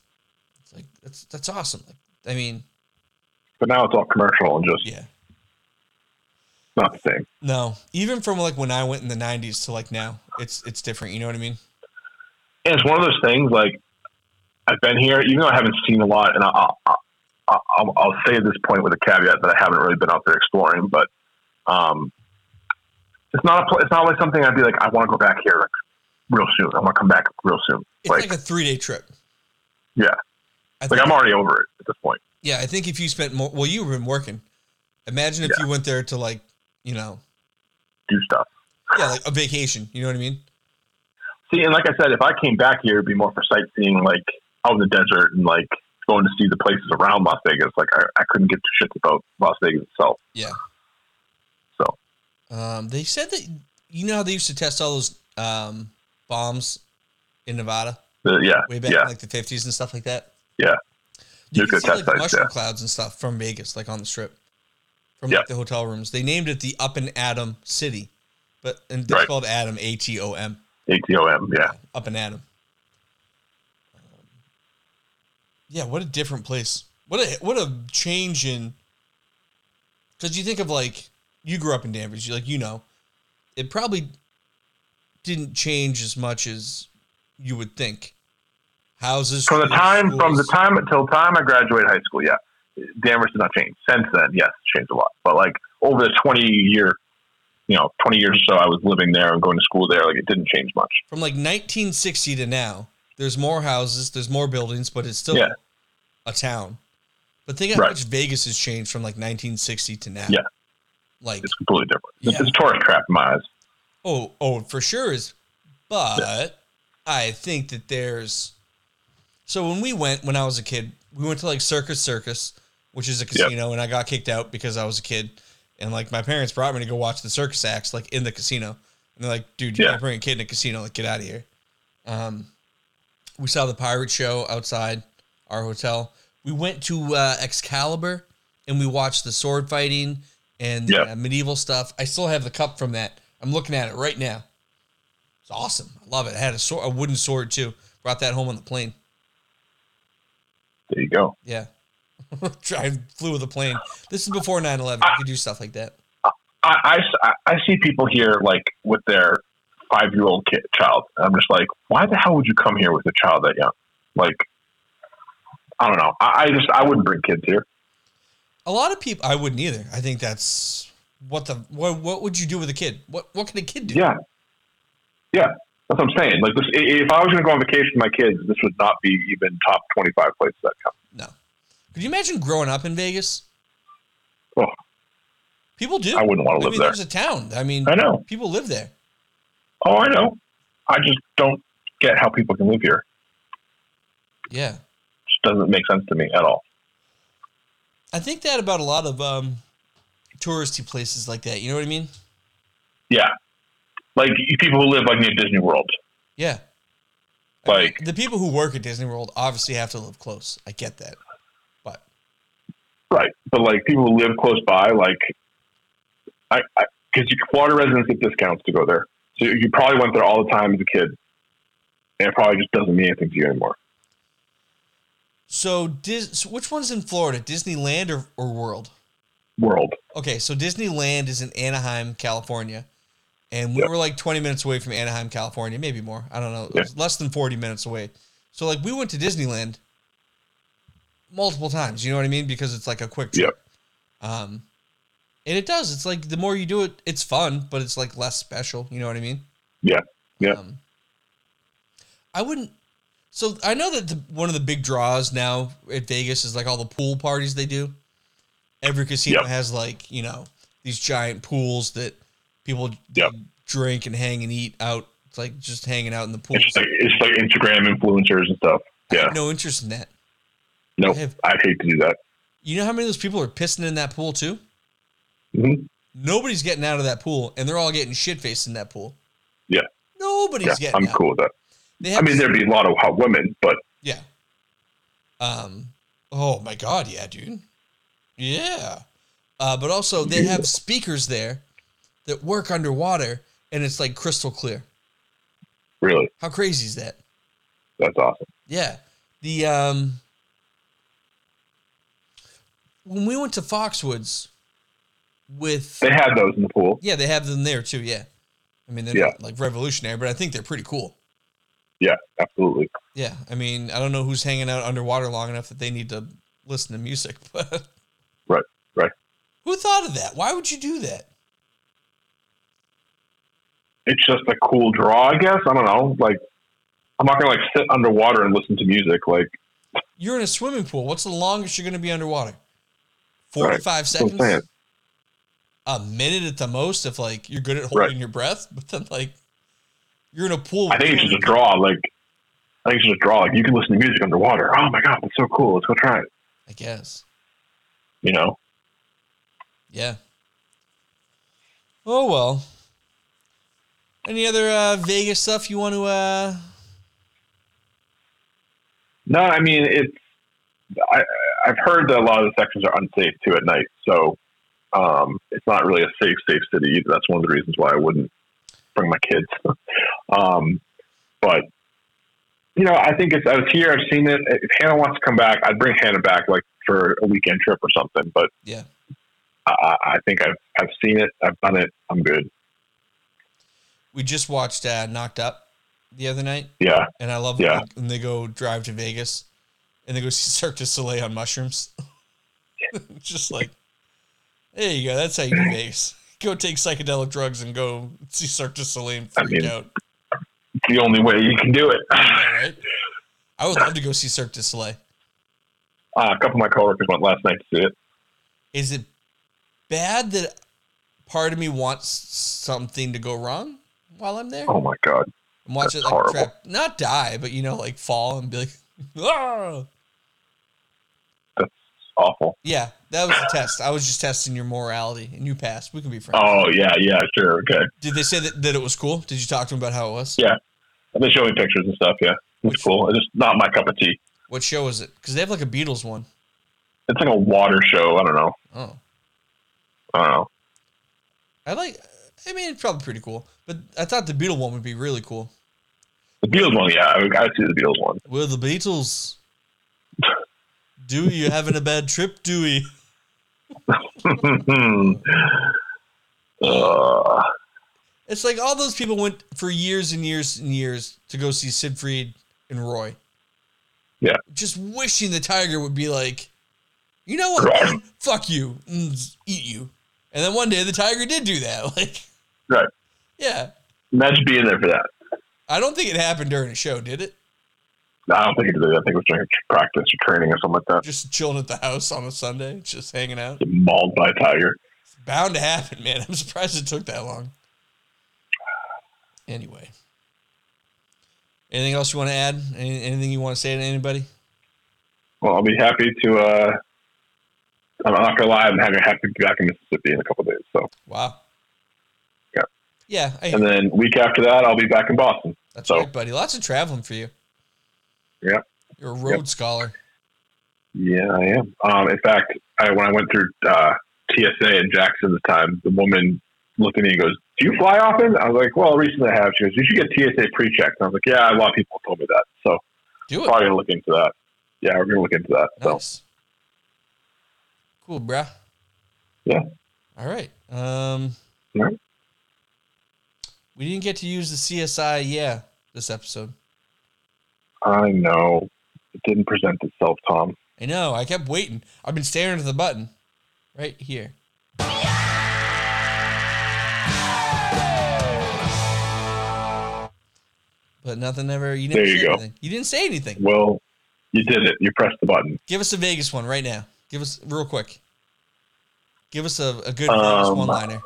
Speaker 1: It's like that's that's awesome. Like, I mean,
Speaker 2: But now it's all commercial and just
Speaker 1: yeah.
Speaker 2: not the same.
Speaker 1: No, even from like when I went in the '90s to like now, it's it's different. You know what I mean?
Speaker 2: And it's one of those things like I've been here, even though I haven't seen a lot, and I'll, I'll, I'll, I'll say at this point with a caveat that I haven't really been out there exploring, but um, it's not a, pl- it's not like something I'd be like I want to go back here like real soon. I want to come back real soon.
Speaker 1: It's
Speaker 2: Like
Speaker 1: like, a three-day trip.
Speaker 2: Yeah.
Speaker 1: I think,
Speaker 2: like I'm already over it at this point.
Speaker 1: yeah, I think if you spent more, well, you've been working. Imagine if you went there to like, you know,
Speaker 2: Do stuff.
Speaker 1: yeah, like a vacation. You know what I mean?
Speaker 2: See, and like I said, if I came back here, it'd be more for sightseeing, like out in the desert and like going to see the places around Las Vegas. Like I, I couldn't give two shits about Las Vegas itself.
Speaker 1: Yeah.
Speaker 2: So.
Speaker 1: Um, they said that you know how they used to test all those um, bombs in Nevada
Speaker 2: Uh, yeah,
Speaker 1: way back
Speaker 2: yeah,
Speaker 1: in like the '50s and stuff like that.
Speaker 2: Yeah.
Speaker 1: You
Speaker 2: Nuclear
Speaker 1: could see like
Speaker 2: test sites,
Speaker 1: mushroom
Speaker 2: yeah.
Speaker 1: clouds and stuff from Vegas, like on the strip, from
Speaker 2: Yeah.
Speaker 1: like the hotel rooms. They named it the Up and Atom City, but and it's
Speaker 2: Right.
Speaker 1: called Atom A T O M.
Speaker 2: ATOM, yeah.
Speaker 1: Up and Atom. Um, Yeah, what a different place. What a what a change in. Because you think of like you grew up in Danvers, you like you know, it probably didn't change as much as you would think. Houses
Speaker 2: From the
Speaker 1: schools,
Speaker 2: time, from the
Speaker 1: schools.
Speaker 2: time until time I graduated high school, yeah. Danvers did not change. Since then, yes, it's changed a lot. But like over the twenty year, you know, twenty years or so, I was living there and going to school there. Like it didn't change much.
Speaker 1: from like 1960 to now, there's more houses, there's more buildings, but it's still
Speaker 2: Yeah.
Speaker 1: a town. But think how
Speaker 2: Right.
Speaker 1: much Vegas has changed from like 1960 to now.
Speaker 2: Yeah.
Speaker 1: Like
Speaker 2: It's completely different. It's,
Speaker 1: Yeah.
Speaker 2: it's tourist crap in my eyes.
Speaker 1: oh oh for sure is, but I think that there's. So when we went when I was a kid, we went to like Circus Circus, which is a casino, and I got kicked out because I was a kid, and like my parents brought me to go watch the circus acts like in the casino, and they're like, "Dude, you
Speaker 2: Yeah.
Speaker 1: can't bring a kid in a casino. Like, get out of here." Um, we saw the pirate show outside our hotel. We went to uh, Excalibur and we watched the sword fighting and the
Speaker 2: Yeah.
Speaker 1: uh, medieval stuff. I still have the cup from that. I'm looking at it right now. It's awesome. I love it. I had a sword, a wooden sword too. Brought that home on the plane.
Speaker 2: There you go.
Speaker 1: Yeah. I flew with a plane. This is before 9 11. I could do stuff like that.
Speaker 2: I, I, I see people here like with their five year old kid child. I'm just like, why the hell would you come here with a child that young? Like, I don't know. I, I just I wouldn't bring kids here.
Speaker 1: A lot of people, I wouldn't either. I think that's what the, what, what would you do with a kid? What, what can a kid do?
Speaker 2: Yeah, yeah. That's what I'm saying. Like, this, i- if I was going to go on vacation with my kids, this would not be even top 25 places that come.
Speaker 1: No. Could you imagine growing up in Vegas?
Speaker 2: Oh.
Speaker 1: People do.
Speaker 2: I wouldn't want to
Speaker 1: I
Speaker 2: live
Speaker 1: mean,
Speaker 2: there.
Speaker 1: there's a town. I mean,
Speaker 2: I know.
Speaker 1: people live there.
Speaker 2: Oh, I know. I just don't get how people can live here.
Speaker 1: Yeah.
Speaker 2: It just doesn't make sense to me at all.
Speaker 1: I think that about a lot of um, touristy places like that. You know what I mean?
Speaker 2: Yeah, like people who live like near Disney World.
Speaker 1: Yeah. I mean,
Speaker 2: Like,
Speaker 1: the people who work at Disney World obviously have to live close. I get that. But
Speaker 2: Right, but like people who live close by, like I because you Florida residents get discounts to go there, so you probably went there all the time as a kid, and it probably just doesn't mean anything to you anymore.
Speaker 1: so, Dis- so which one's in Florida? Disneyland or, or World?
Speaker 2: World,
Speaker 1: Okay, so Disneyland is in Anaheim, California, and we
Speaker 2: Yeah.
Speaker 1: were like 20 minutes away from Anaheim, California, maybe more. I don't know. It
Speaker 2: Yeah.
Speaker 1: was less than 40 minutes away. So like we went to Disneyland multiple times, you know what I mean? Because it's like a quick trip. Um and it does. It's like the more you do it, it's fun, but it's like less special, you know what I mean?
Speaker 2: Yeah, yeah.
Speaker 1: Um, I wouldn't so I know that the, one of the big draws now at Vegas is like all the pool parties they do. Every casino
Speaker 2: Yep.
Speaker 1: has like you know these giant pools that people
Speaker 2: Yep.
Speaker 1: drink and hang and eat out. It's like just hanging out in the pool.
Speaker 2: It's just like, it's just like Instagram influencers and stuff. Yeah.
Speaker 1: No interest in that.
Speaker 2: Nope.
Speaker 1: I have-
Speaker 2: I'd hate to do that.
Speaker 1: You know how many of those people are pissing in that pool too?
Speaker 2: Mhm.
Speaker 1: Nobody's getting out of that pool, and they're all getting shit faced in that pool.
Speaker 2: Yeah.
Speaker 1: Nobody's
Speaker 2: Yeah,
Speaker 1: getting
Speaker 2: I'm
Speaker 1: out.
Speaker 2: cool with that.
Speaker 1: They
Speaker 2: I
Speaker 1: have
Speaker 2: mean, there'd be a lot of hot women, but
Speaker 1: Yeah. Um. Oh my God. Yeah, dude. Yeah. Uh, but also they have speakers there that work underwater, and it's like crystal clear.
Speaker 2: really,
Speaker 1: How crazy is that?
Speaker 2: that's awesome.
Speaker 1: Yeah. The um. When we went to Foxwoods, with
Speaker 2: They had those in the pool.
Speaker 1: yeah, they have them there too. Yeah. I mean, they're
Speaker 2: Yeah.
Speaker 1: not like revolutionary, but I think they're pretty cool.
Speaker 2: Yeah, absolutely.
Speaker 1: Yeah, I mean, I don't know who's hanging out underwater long enough that they need to listen to music, but
Speaker 2: Right, right.
Speaker 1: Who thought of that? Why would you do that?
Speaker 2: It's just a cool draw, I guess. I don't know. Like, I'm not gonna like sit underwater and listen to music. Like,
Speaker 1: You're in a swimming pool. What's the longest you're going to be underwater? 45
Speaker 2: what I'm saying.
Speaker 1: seconds? A minute at the most if like you're good at holding
Speaker 2: Right.
Speaker 1: your breath, but then like you're in a pool.
Speaker 2: I think it's just a draw. Like, I think it's just a draw. Like, you can listen to music underwater. Oh my god, that's so cool. Let's go try it.
Speaker 1: I guess.
Speaker 2: You know,
Speaker 1: Yeah. Oh well. Any other uh, Vegas stuff you want to uh
Speaker 2: No, I mean it's. I, I've heard that a lot of the sections are unsafe too at night, so um, it's not really a safe, safe city either. That's one of the reasons why I wouldn't bring my kids. um, but you know, I think it's. I was here. I've seen it. If Hannah wants to come back, I'd bring Hannah back, like for a weekend trip or something. But
Speaker 1: Yeah.
Speaker 2: I, I I think I've I've seen it. I've done it. I'm good.
Speaker 1: we just watched uh, Knocked Up the other night.
Speaker 2: Yeah,
Speaker 1: And I love
Speaker 2: Yeah.
Speaker 1: when, they go drive to Vegas and they go see Cirque du Soleil on mushrooms. Just like, there you go. That's how you do Vegas. Go take psychedelic drugs and go see Cirque du Soleil and
Speaker 2: I
Speaker 1: freak
Speaker 2: mean-
Speaker 1: out.
Speaker 2: it's the only way you can do it.
Speaker 1: All right. I would love to go see Cirque du Soleil.
Speaker 2: Uh, a couple of my coworkers went last night to see it.
Speaker 1: Is it bad that part of me wants something to go wrong while I'm there?
Speaker 2: Oh my god.
Speaker 1: and watch it
Speaker 2: that's
Speaker 1: like
Speaker 2: horrible.
Speaker 1: trap, not die, but you know, like fall and be like, ah!
Speaker 2: Awful.
Speaker 1: Yeah, that was a test. I was just testing your morality, and you passed. We can be friends.
Speaker 2: Oh yeah, yeah, sure, okay.
Speaker 1: Did they say that, that it was cool? Did you talk to them about how it was?
Speaker 2: Yeah. And they show me pictures and stuff. Yeah, it's cool. It's just not my cup of tea.
Speaker 1: What show is it? Because they have like a Beatles one.
Speaker 2: It's like a water show. I don't know.
Speaker 1: Oh,
Speaker 2: I don't know.
Speaker 1: I like. I mean, it's probably pretty cool. But I thought the Beatle one would be really cool.
Speaker 2: The Beatles one, yeah, I would, I would see the Beatles one.
Speaker 1: We're the Beatles. Dewey, you having a bad trip, Dewey?
Speaker 2: uh,
Speaker 1: It's like all those people went for years and years and years to go see Siegfried and Roy.
Speaker 2: Yeah.
Speaker 1: Just wishing the tiger would be like, you know what, man? Fuck you. Mm, eat you. And then one day the tiger did do that. Like,
Speaker 2: Right.
Speaker 1: Yeah.
Speaker 2: imagine being there for that.
Speaker 1: I don't think it happened during a show, did it?
Speaker 2: I don't think it did. I think it was during practice or training or something like that.
Speaker 1: Just chilling at the house on a Sunday, just hanging out.
Speaker 2: Get mauled by a tiger.
Speaker 1: It's bound to happen, man. I'm surprised it took that long. Anyway. Anything else you want to add? Any, anything you want to say to anybody?
Speaker 2: Well, I'll be happy to. uh I'm not gonna lie. I'm happy happy to be back in Mississippi in a couple days. So,
Speaker 1: Wow.
Speaker 2: Yeah.
Speaker 1: Yeah, I,
Speaker 2: and then week after that, I'll be back in Boston.
Speaker 1: that's
Speaker 2: so-
Speaker 1: right, buddy. Lots of traveling for you.
Speaker 2: Yeah.
Speaker 1: You're a road scholar.
Speaker 2: Yeah, I am. Um, in fact, I, when I went through uh, TSA in Jackson this time, the woman looked at me and goes, "Do you fly often?" I was like, "Well, recently I have." She goes, "You should get TSA pre-checked." And I was like, "Yeah, a lot of people told me that, so
Speaker 1: Do it.
Speaker 2: probably gonna look into that." Yeah, we're gonna look into that. So
Speaker 1: Nice. Cool, bruh.
Speaker 2: Yeah.
Speaker 1: All right. Um
Speaker 2: All right.
Speaker 1: We didn't get to use the CSI yeah this episode.
Speaker 2: I know it didn't present itself, Tom.
Speaker 1: I know. I kept waiting. I've been staring at the button right here. But nothing ever. You didn't
Speaker 2: There you
Speaker 1: say
Speaker 2: go.
Speaker 1: anything. You didn't say anything.
Speaker 2: Well, you did it. You pressed the button.
Speaker 1: Give us a Vegas one right now. Give us real quick. Give us a, a good Vegas
Speaker 2: Um,
Speaker 1: one liner.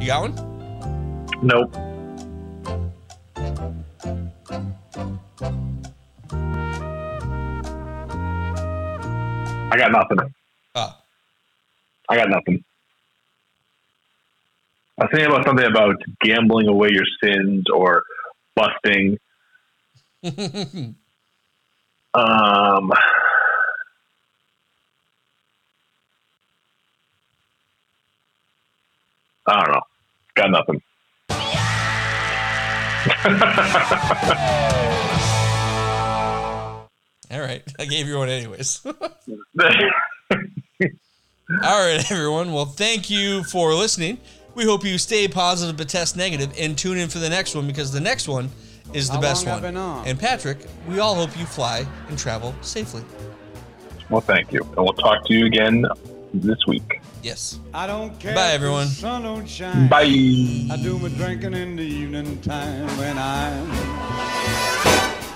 Speaker 1: You got one?
Speaker 2: Nope. I got nothing.
Speaker 1: Ah,
Speaker 2: I got nothing. I was thinking about something about gambling away your sins or busting. Um, I don't know. Got nothing.
Speaker 1: all right. I gave you one anyways. All right, everyone. Well, thank you for listening. We hope you stay positive but test negative and tune in for the next one because the next one is the
Speaker 3: How
Speaker 1: best
Speaker 3: long
Speaker 1: one.
Speaker 3: have I been on?
Speaker 1: And Patrick, we all hope you fly and travel safely.
Speaker 2: well, thank you. And we'll talk to you again this week.
Speaker 1: Yes.
Speaker 3: I don't care.
Speaker 1: Bye,
Speaker 3: if the
Speaker 1: everyone.
Speaker 3: sun don't shine.
Speaker 2: Bye.
Speaker 3: I do my drinking in the evening time when I'm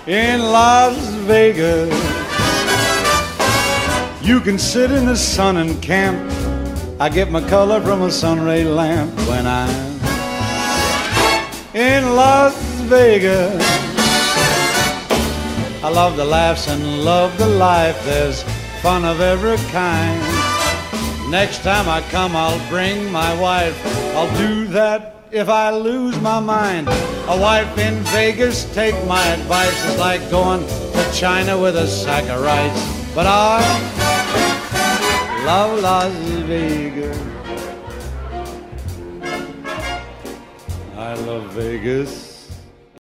Speaker 3: in Las Vegas. You can sit in the sun and camp. I get my color from a sunray lamp when I'm in Las Vegas. I love the laughs and love the life. There's fun of every kind. Next time I come, I'll bring my wife. I'll do that if I lose my mind. A wife in Vegas, take my advice. It's like going to China with a sack of rice. But I love Las Vegas. I love Vegas.